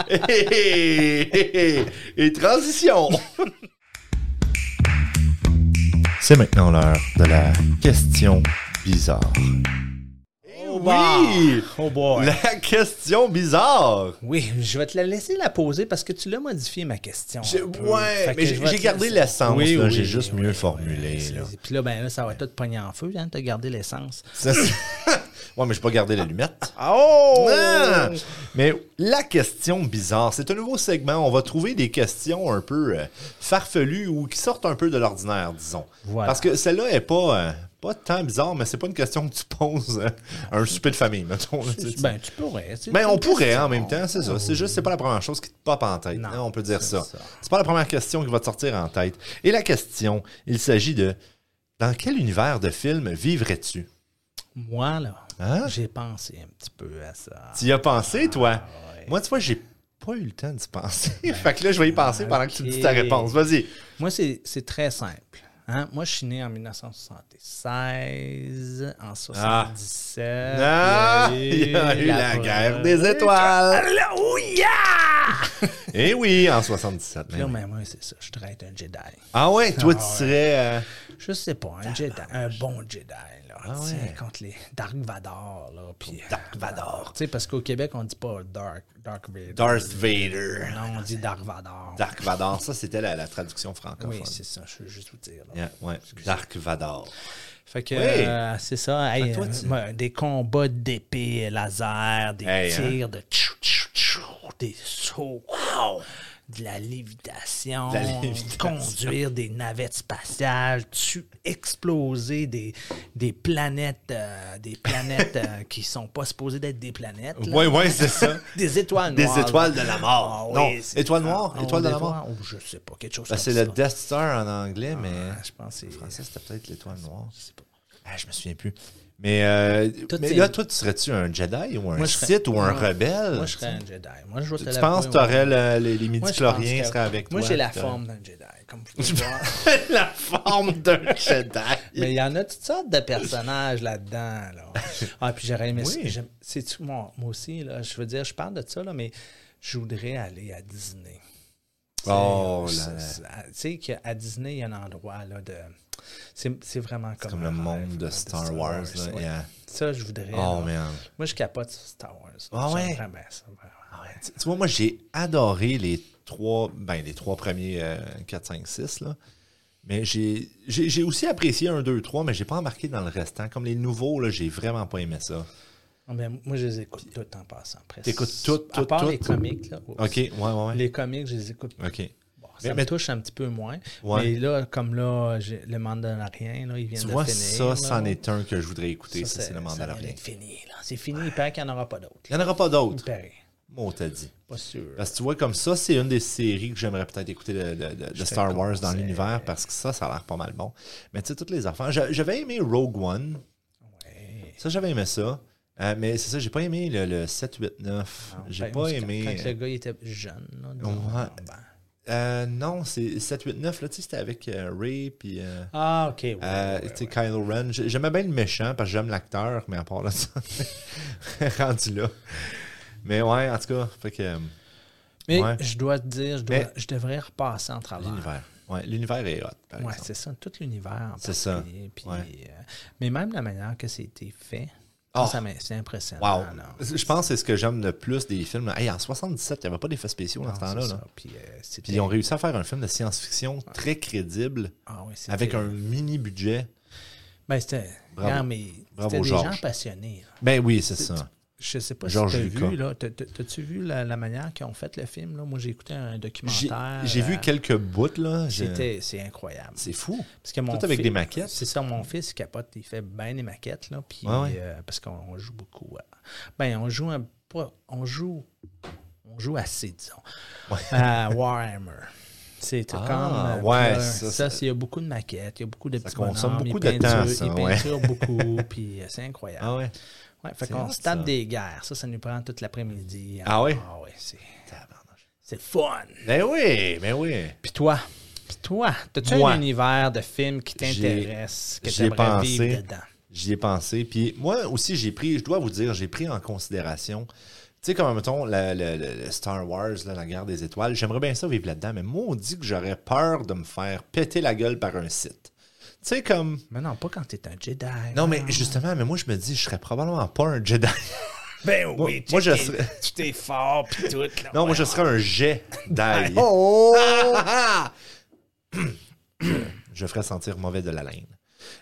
B: Hé, hé, hé, hé, hé. Et transition! <laughs> C'est maintenant l'heure de la question bizarre. oui!
A: Eh Oh boy!
B: La question bizarre!
A: Oui, je vais te la laisser la poser parce que tu l'as modifié ma question.
B: J'ai-
A: un peu.
B: ouais,
A: Fait que
B: mais
A: je
B: j'ai-
A: vais
B: j'ai
A: te
B: gardé
A: laisser-
B: l'essence, là, j'ai juste mieux formulé,
A: c'est-
B: là.
A: Puis là, ben là, ça va tout pogner en feu, hein, t'as gardé l'essence.
B: Ça, c'est- <laughs> ouais, mais j'ai pas gardé la lunette.
A: Oh!
B: Ah! Mais la question bizarre, c'est un nouveau segment. On va trouver des questions un peu euh, farfelues ou qui sortent un peu de l'ordinaire, disons.
A: Voilà.
B: Parce que celle-là est pas, euh, pas tant bizarre, mais c'est pas une question que tu poses euh, à un souper de famille, mettons. là, tu sais.
A: Ben, tu pourrais. tu sais.
B: Ben, on pourrait en même temps, c'est ça. C'est juste, c'est pas la première chose qui te pop en tête.
A: Non,
B: hein, on peut dire
A: c'est
B: ça.
A: ça.
B: C'est pas la première question qui va te sortir en tête. Et la question, il s'agit de dans quel univers de film vivrais-tu?
A: Moi, là,
B: Hein?
A: j'ai pensé un petit peu à ça.
B: Tu y as pensé, toi? Moi, tu vois, j'ai pas eu le temps d'y penser. <laughs> fait que là, je vais y penser pendant que tu dis ta
A: ok.
B: réponse. Vas-y.
A: Moi, c'est c'est très simple. hein. Moi, je suis né en 1976, en 77.
B: Ah, <laughs> il y a eu la oh, guerre des étoiles. <laughs> Eh oui, en 77.
A: Là,
B: mais-
A: mais moi, c'est ça. Je traite un Jedi.
B: Ah ouais, toi, tu serais. euh,
A: Je sais pas, un Jedi, un bon Jedi, là. tu sais,
B: Ah ouais.
A: contre les Dark Vador, là. Puis, Dark Vador. Tu sais, parce qu'au Québec, on dit pas Dark, Dark Vader.
B: Darth Vader.
A: Non, on dit Dark Vador.
B: Dark Vador, ça, c'était la, la traduction francophone.
A: Oui, c'est ça. Je veux juste vous dire. là.
B: Yeah, ouais. Dark Vador.
A: Fait que
B: Oui.
A: euh, c'est ça. hey,
B: toi,
A: euh,
B: tu-
A: moi, des combats d'épée euh, laser, des
B: Hey, hein.
A: tirs de tchou, tchou, tchou, des sauts, wow, de la lévitation,
B: De la lévitation.
A: conduire des navettes spatiales, tu exploser des, des planètes, euh, des planètes
B: <laughs>
A: euh, qui sont pas supposées d'être des planètes. là.
B: Oui, oui, c'est ça.
A: <laughs> Des étoiles
B: Des
A: noires.
B: étoiles de la mort.
A: Ah
B: Non,
A: oui, c'est-
B: étoiles noires,
A: Ah,
B: étoiles de la
A: étoiles-
B: mort.
A: oh, je sais pas, quelque chose
B: Ben,
A: comme
B: c'est
A: ça. Ah,
B: le Death Star en anglais, mais
A: Je pense que
B: en
A: c'est...
B: français, c'était peut-être l'étoile noire.
A: je sais pas.
B: Ah, je me souviens plus. Mais, euh,
A: Tout
B: mais
A: est-
B: là, toi, tu serais-tu un Jedi ou un
A: Moi, je serais-
B: Sith ou un
A: moi-
B: rebelle?
A: Moi, je serais un Jedi. Moi, je vais te
B: Tu
A: l'avouer,
B: penses que
A: ouais.
B: t'aurais le- les, les
A: Moi, je
B: midi-chloriens
A: pense que-
B: seraient avec
A: Moi,
B: toi?
A: j'ai la
B: puis t'aurais-
A: forme d'un Jedi. comme vous pouvez voir.
B: <laughs> La
A: <laughs>
B: forme d'un Jedi.
A: Mais il y en a toutes sortes de personnages là-dedans.
B: <laughs>
A: Là. Ah, puis j'aurais aimé
B: Oui.
A: j'aime- C'est-tu, moi, moi aussi, là, je veux dire, je parle de ça, là, mais je voudrais aller à Disney.
B: Oh
A: Tu sais,
B: là là.
A: c'est- c'est- Tu sais qu'à Disney, il y a un endroit là, de. C'est c'est vraiment comme.
B: Comme
A: un
B: le monde
A: rêve,
B: de
A: là,
B: Star Wars. là,
A: ouais.
B: yeah.
A: Ça, je voudrais. là.
B: Oh man.
A: Moi, je capote sur Star Wars.
B: Ah ouais? Ah
A: J'aimerais bien ça, vraiment.
B: Tu tu vois, moi, j'ai adoré les trois, ben, les trois premiers euh, 4, 5, 6, là. Mais j'ai j'ai- j'ai aussi apprécié 1, 2, 3, mais j'ai pas embarqué dans le restant. Comme les nouveaux, là, j'ai vraiment pas aimé ça.
A: Ah, mais moi, je les écoute toutes en passant. presque.
B: T'écoutes toutes,
A: À
B: toutes,
A: part les
B: toutes?
A: comics. Là, oups.
B: OK, ouais, ouais, ouais.
A: Les comics, je les écoute
B: OK.
A: Bon, ça
B: Mais-
A: me
B: mais-
A: touche un petit peu moins.
B: Ouais.
A: Mais là, comme là, j'ai- le Mandalorian, là, il vient
B: Tu
A: de
B: vois,
A: finir.
B: ça,
A: là.
B: c'en est un que je voudrais écouter,
A: Ça,
B: ça, c'est le
A: Ça vient
B: Mandalorian.
A: d'être fini. là. C'est fini, il paraît qu'il n'y en aura pas d'autres.
B: Il n'y en aura pas
A: Il
B: d'autres,
A: paraît.
B: moi, on t'a dit.
A: Pas sûr.
B: Parce que tu vois, comme ça, c'est une des séries que j'aimerais peut-être écouter de, de- de- de Star Wars dans l'univers parce que ça, ça a l'air pas mal bon. Mais tu sais, toutes les enfants. j'a- J'avais aimé Rogue One. Ça, j'avais aimé ça. Euh, mais c'est ça, j'ai pas aimé le, le 7, 8, 9.
A: Non,
B: J'ai
A: ben,
B: pas
A: moi, c'est quand-
B: aimé. euh,
A: Quand le gars il était jeune, là, disons,
B: Ouais.
A: ben.
B: Euh, non, c'est 7, 8, 9. Là, tu sais, c'était avec euh, Ray puis euh,
A: Ah, ok. ouais,
B: euh,
A: ouais,
B: tu sais, Kylo Ren. J'ai- J'aimais bien le méchant parce que j'aime l'acteur, mais à part là, <laughs> ça, rendu là. Mais ouais, en tout cas, fait que. euh,
A: Mais
B: ouais.
A: je dois te dire, je, dois-
B: Mais-
A: je devrais repasser en travers.
B: L'univers. Ouais, l'univers est hot. par
A: Ouais,
B: exemple.
A: c'est ça, tout l'univers en
B: C'est ça,
A: particulier, puis,
B: ouais.
A: euh, mais même la manière que c'était fait,
B: Ah.
A: ça, ça m'in- c'est impressionnant.
B: Wow.
A: là.
B: Je pense que c'est ce que j'aime le plus des films. Hey, en 77, il n'y avait pas d'effets spéciaux dans ce temps-là.
A: C'est
B: là.
A: ça, Puis, euh,
B: Puis
A: c'était-
B: ils ont réussi à faire un film de science-fiction très crédible
A: Ah oui, c'était-
B: avec un mini budget.
A: Ben, c'était.
B: Bravo.
A: Non, mais
B: Bravo,
A: c'était des
B: Georges.
A: gens passionnés. là.
B: Ben oui, c'est ça.
A: Je sais pas
B: Georges
A: si t'as
B: Lucas.
A: vu, là. T'as- t'as- T'as-tu vu la, la manière qu'ils ont fait le film, là? Moi, j'ai écouté un
B: J'ai
A: documentaire.
B: j'ai
A: euh,
B: vu quelques bouts là. J'ai-
A: c'était- C'est incroyable.
B: C'est fou.
A: Parce que mon
B: Tout avec
A: fils-
B: des maquettes.
A: C'est ça, mon fils, il capote, il fait bien des maquettes, là. Puis,
B: Ouais, ouais.
A: euh, parce qu'on on joue beaucoup. à- ben, on joue un- pas. On joue. On joue assez, disons. À Warhammer. C'est
B: Ah,
A: comme. euh,
B: ouais, ça,
A: ça,
B: ça-
A: il y a beaucoup de maquettes, il y a beaucoup de petits
B: consomme
A: bonhommes,
B: beaucoup
A: ils
B: de temps,
A: peinturent-
B: ça,
A: Ils
B: ouais.
A: peinturent
B: <laughs>
A: beaucoup, puis euh, c'est incroyable.
B: Ah ouais.
A: Ouais, fait
B: C'est
A: qu'on
B: hot,
A: se tape
B: ça.
A: des guerres. Ça, ça nous prend toute l'après-midi.
B: Ah ouais?
A: Ah ouais, c'est. C'est le fun.
B: Ben oui, ben oui.
A: Puis toi, puis toi, t'as-tu
B: Moi.
A: un univers de films qui
B: J'ai-
A: t'intéresse, que
B: J'y ai
A: t'aimerais vivre
B: pensé.
A: dedans?
B: J'y ai pensé. Puis moi aussi, j'ai pris, je dois vous dire, j'ai pris en considération, tu sais, comme mettons, la- la- la- la Star Wars, là, la guerre des étoiles, j'aimerais bien ça vivre là-dedans, mais moi, on dit que j'aurais peur de me faire péter la gueule par un site. Tu sais, comme.
A: Mais non, pas quand t'es un Jedi. hein.
B: Non, mais justement, mais moi, je me dis, je serais probablement pas un Jedi.
A: Ben
B: Moi-
A: oui,
B: moi,
A: tu
B: je
A: t'es-
B: serais-
A: Tu t'es fort, puis tout. Là,
B: <laughs> Non, moi, je serais un jet <laughs> d'ail.
A: Oh!
B: oh! <coughs> Je ferais sentir mauvais de la laine.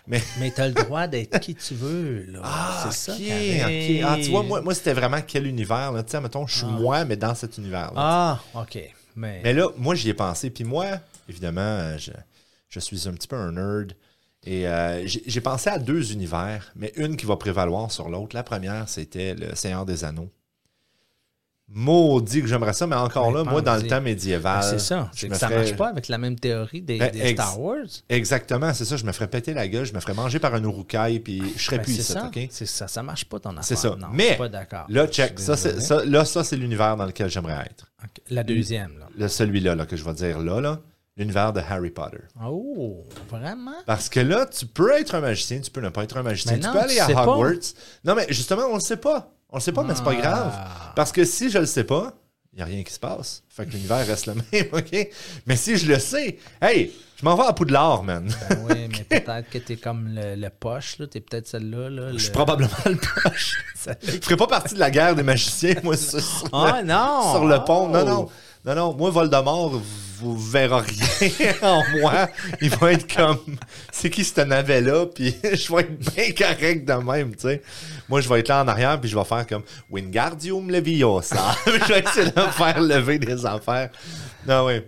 B: Mais.
A: Mais t'as le droit d'être qui tu veux, là.
B: Ah, ok,
A: c'est ça.
B: ok.
A: pareil.
B: Ah, tu vois, moi, moi c'était vraiment quel univers, là. Tu sais, mettons, je suis moi, mais dans cet univers-là.
A: Ah, ok. Mais.
B: Mais là, moi, j'y ai pensé. Puis moi, évidemment, euh, je, je suis un petit peu un nerd. Et euh, j'ai j'ai pensé à deux univers, mais une qui va prévaloir sur l'autre. La première, c'était le Seigneur des Anneaux. Maudit que j'aimerais ça, mais encore
A: Mais
B: là, moi, dans le
A: pense-y. Ben,
B: temps médiéval.
A: c'est ça.
B: euh, je
A: C'est
B: me
A: que ça
B: ferais-
A: marche pas avec la même théorie des,
B: Ben,
A: des
B: ex-
A: Star Wars.
B: Exactement, c'est ça. Je me ferais péter la gueule, je me ferais manger par un ouroucaille, puis je serais
A: Ben,
B: plus
A: c'est
B: ici,
A: ça.
B: OK?
A: C'est ça, ça marche pas ton affaire.
B: C'est ça.
A: Non, je
B: mais
A: suis pas d'accord.
B: là,
A: Je
B: check.
A: suis
B: Ça, c'est-
A: désolé.
B: ça- là, ça, c'est l'univers dans lequel j'aimerais être.
A: Ok, La deuxième, là.
B: Le- Celui-là, là, que je vais dire là, là, l'univers de Harry Potter.
A: Oh, vraiment?
B: Parce que là, tu peux être un magicien, tu peux ne pas être un magicien.
A: Mais
B: tu
A: non,
B: peux aller
A: tu
B: à
A: sais pas. Ah.
B: Hogwarts. Non, mais justement, on le sait pas. On le sait pas, mais c'est pas grave. Parce que si je le sais pas, il n'y a rien qui se passe. Fait que l'univers reste le <laughs> même, OK? Mais si je le sais, hey, je m'en vais à Poudlard, man.
A: Oui, mais peut-être que t'es comme le, le poche, là. T'es peut-être celle-là, là.
B: Je suis
A: le-
B: probablement le poche. Je ferai pas partie de la guerre des magiciens, moi, sur, sur
A: Ah
B: le,
A: non!
B: sur le pont. Non,
A: Oh!
B: non. Non, non, moi, Voldemort, vous verrez rien <laughs> en moi. Il va être comme, c'est qui ce navet-là? Puis <laughs> je vais être bien correct de même, tu sais. Moi, je vais être là en arrière, puis je vais faire comme Wingardium Leviosa. <laughs> je vais essayer de me faire lever des affaires. Non, oui.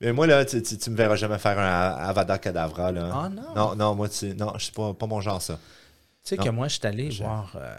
B: Mais moi, là, tu, tu, tu me verras jamais faire un Avada Kedavra, là.
A: Ah, non.
B: Non, non, moi, tu, non, je suis pas, pas mon genre, ça.
A: Tu sais
B: Non.
A: que moi, je suis allé voir. euh,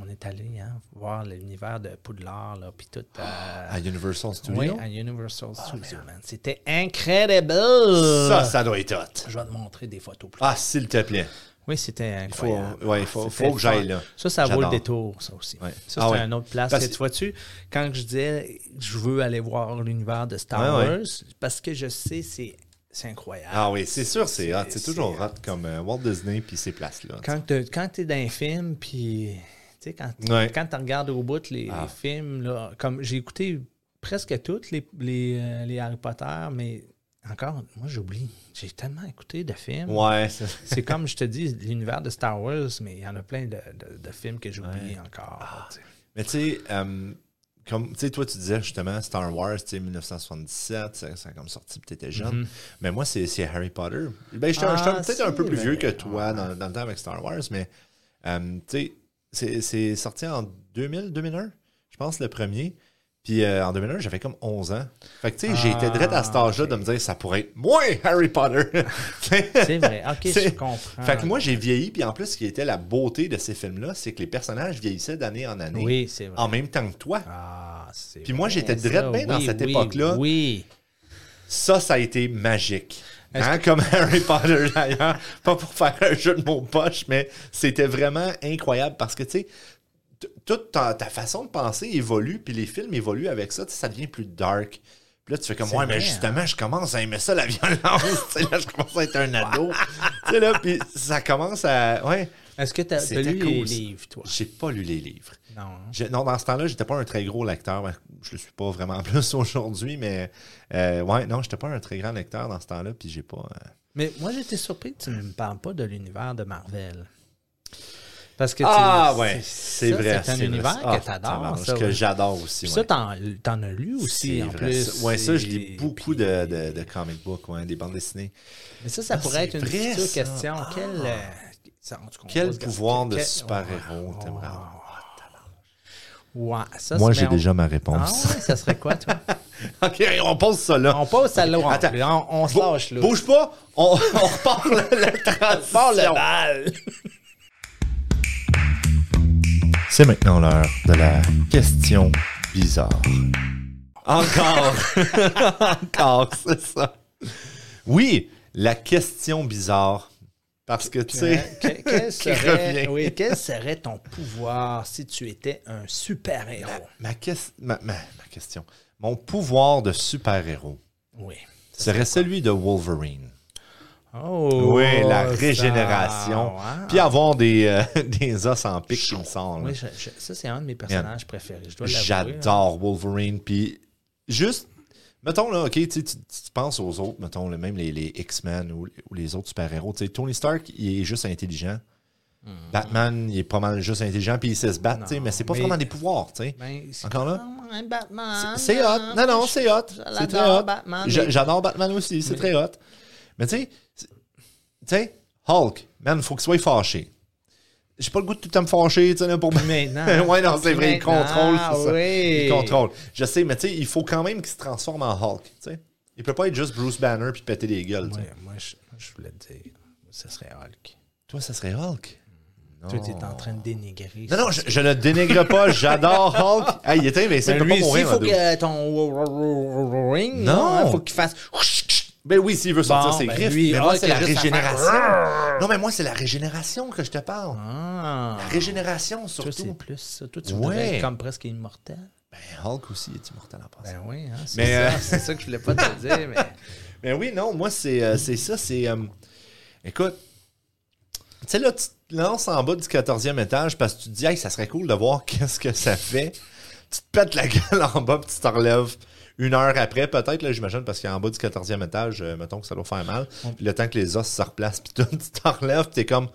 A: on est allé hein, voir l'univers de Poudlard, là, puis tout. euh,
B: À Universal Studios.
A: oui, à Universal Studios, man. C'était incredible!
B: Ah,
A: Euh,
B: Ça, ça doit être hot.
A: Je vais te montrer des photos plus tard.
B: Ah, s'il te plaît.
A: Oui, c'était
B: Il faut,
A: incroyable.
B: ouais, il faut,
A: C'était
B: faut que j'aille
A: fun.
B: là.
A: Ça, ça vaut le
B: J'adore.
A: détour, ça aussi.
B: Ouais.
A: Ça,
B: Ah
A: c'est
B: ouais.
A: une autre place.
B: Parce-
A: Et Tu vois-tu, quand je disais je veux aller voir l'univers de Star
B: Ouais, ouais.
A: Wars, parce que je sais, c'est c'est incroyable.
B: Ah oui, c'est sûr, c'est hot. C'est
A: c'est-
B: toujours hot comme euh, Walt Disney puis ces places-là.
A: Quand tu es dans un film, puis tu sais, quand tu
B: Ouais.
A: regardes au bout les,
B: Ah.
A: les films, là, comme j'ai écouté presque toutes les, les, euh, les Harry Potter, mais encore, moi j'oublie. J'ai tellement écouté de films.
B: Ouais, c'est-
A: C'est comme je te dis, l'univers de Star Wars, mais il y en a plein de, de- de films que j'oublie encore.
B: Ah,
A: tu sais.
B: mais tu sais, euh, comme tu sais, toi tu disais justement Star Wars, tu sais, 1977, ça, ça a comme sorti, peut-être t'étais jeune. Mais moi, c'est c'est Harry Potter. Ben, j'étais un-
A: Mm-hmm. Ah,
B: j'étais un- peut-être un
A: si,
B: peu plus
A: mais-
B: vieux que toi dans, dans le temps avec Star Wars, mais euh, tu sais, c'est- c'est sorti en 2000, 2001, je pense, le premier. Puis euh, en 2001, j'avais comme 11 ans. Fait que tu sais, j'étais direct à cet
A: Ah,
B: âge-là de me dire, ça pourrait être moi,
A: <laughs>
B: Harry Potter.
A: C'est vrai. Ok, je
B: C'est-
A: comprends.
B: Fait que moi, j'ai vieilli, puis en plus, ce qui était la beauté de ces films-là, c'est que les personnages vieillissaient d'année en année.
A: Oui, c'est vrai.
B: En même temps que toi.
A: Ah, c'est
B: Puis moi,
A: vrai,
B: j'étais
A: ça,
B: drette bien dans
A: oui,
B: cette
A: oui,
B: époque-là.
A: Oui.
B: Ça, ça a été magique.
A: Est-ce
B: Hein, Comme Harry Potter, d'ailleurs. <laughs> Pas pour faire un jeu de mots poche, mais c'était vraiment incroyable parce que, tu sais, t- toute ta, ta façon de penser évolue, puis les films évoluent avec ça. Tu sais, ça devient plus dark. Puis là, tu fais comme,
A: C'est
B: ouais, mais
A: vrai, hein?
B: justement, je commence à aimer ça, la <laughs> violence. Tu sais, là, je commence à être un
A: <laughs>
B: ado. tu sais, là, puis ça commence à. Ouais.
A: Est-ce que tu as,
B: C'était
A: lu les
B: cool, ça.
A: livres, toi?
B: J'ai pas lu les livres.
A: Non. hein?
B: Je- non, dans ce temps-là, j'étais pas un très gros lecteur. Ben, Je le suis pas vraiment <laughs> plus aujourd'hui, mais euh, ouais, non, j'étais pas un très grand lecteur dans ce temps-là, puis j'ai pas. euh,
A: Mais moi, j'étais surpris que tu ne me parles pas de l'univers de Marvel. Parce que tu-
B: Ah ouais,
A: ça,
B: c'est vrai.
A: C'est un
B: vrai.
A: univers
B: Ah,
A: que t'adores.
B: tabarnak,
A: Ça,
B: que
A: ouais.
B: j'adore aussi.
A: Puis
B: ouais.
A: ça, t'en, t'en as lu aussi,
B: C'est
A: en
B: vrai,
A: plus.
B: ça. Ouais, ça, je lis
A: Et-
B: beaucoup
A: puis-
B: de, de, de comic books, ouais, des bandes dessinées.
A: Mais ça, ça
B: Ah,
A: pourrait être
B: c'est
A: une
B: vrai,
A: future
B: ça.
A: question.
B: Ah.
A: Quel, euh, ça, en tout cas, on
B: Quel
A: va se-
B: pouvoir de
A: quel-
B: super-héros
A: Oh,
B: t'aimerais avoir?
A: Ouais, ça,
B: Moi,
A: c'est-
B: j'ai
A: mais on-
B: déjà ma
A: Ah
B: réponse.
A: ouais, ça serait quoi, toi?
B: <laughs> ok, on pose ça là.
A: On passe à l'autre.
B: Attends.
A: On, on se
B: Bou-
A: lâche, là.
B: Bouge pas, on, <laughs> on repart la, la
A: On part le
B: transition.
A: bal.
B: C'est maintenant l'heure de la question bizarre. Encore! <laughs> Encore, c'est ça. Oui, la question bizarre. Parce que, tu sais,
A: Hein? Que- quel,
B: Qui
A: serait,
B: revient.
A: oui, quel serait ton pouvoir si tu étais un super-héros?
B: <laughs> ma, ques- ma- ma- ma question. Mon pouvoir de super-héros
A: Oui.
B: serait celui de Wolverine.
A: Oh,
B: Oui, la
A: ça-
B: régénération.
A: Wow.
B: Puis avoir des, euh, <laughs> des os en pic qui me semble.
A: Oui, je- je- ça, c'est un de mes personnages préférés. Je dois l'avouer. hein.
B: J'adore Wolverine. Puis juste, mettons là, ok, tu, sais, tu- tu penses aux autres, mettons là, même les, les X-Men ou, ou les autres super-héros. Tu sais, Tony Stark, il est juste intelligent.
A: Mhm.
B: Batman, il est pas mal juste intelligent, puis il sait se battre, tu sais, mais c'est pas
A: mais-
B: vraiment des pouvoirs, tu sais.
A: Ben, c'est
B: Encore là?
A: comme un Batman. hein.
B: C'est hot. Non, non, c'est hot.
A: l'adore,
B: C'est très hot.
A: Batman,
B: J'a-
A: mais-
B: J'adore Batman aussi, c'est très hot. Mais tu sais, c'est- tu sais, Hulk, man, faut qu'il soit fâché. J'ai pas le goût de tout le temps me fâcher, tu sais, là, pour
A: Maintenant.
B: <laughs> ouais, non, c'est vrai, il
A: Maintenant,
B: contrôle, c'est ça.
A: oui.
B: Il contrôle. Je sais, mais tu sais, il faut quand même qu'il se transforme en Hulk, tu sais. Il peut pas être juste Bruce Banner puis péter des gueules, tu sais.
A: Ouais, moi, je, moi, je voulais te dire, ce serait Hulk.
B: Toi, ça serait Hulk?
A: Toi, t'es en train de dénigrer.
B: Non, non, je, je le dénigre pas, <laughs> j'adore Hulk. Hey, il est invincible, il
A: Ben,
B: peut
A: lui
B: pas
A: aussi,
B: mourir.
A: faut
B: Mando.
A: que ton ring,
B: Non.
A: il faut qu'il fasse.
B: Ben oui, s'il veut sortir
A: Bon,
B: ses
A: ben
B: griffes.
A: lui,
B: mais moi,
A: Hulk,
B: c'est la
A: il a juste à faire-
B: régénération. Non, mais moi, c'est la régénération que je te parle.
A: Ah.
B: Régénération,
A: Toi, c'est
B: surtout.
A: plus ça. Toi, tu
B: Ouais.
A: voudrais être comme presque immortel.
B: Ben, Hulk aussi est immortel en passant.
A: Ben oui, hein, c'est
B: Mais,
A: ça,
B: euh,
A: c'est ça que je voulais pas te dire, mais.
B: Ben oui, non, moi, c'est euh, c'est ça, c'est... euh, écoute, tu sais, là, tu te lances en bas du 14e étage parce que tu te dis, hey, ça serait cool de voir <laughs> qu'est-ce que ça fait. Tu te pètes la <laughs> gueule en bas, puis tu te relèves une heure après, peut-être, là, j'imagine, parce qu'en bas du 14e étage, euh, mettons que ça doit faire mal. Puis le temps que les os se replacent, puis <laughs> tout, tu te relèves, puis t'es comme,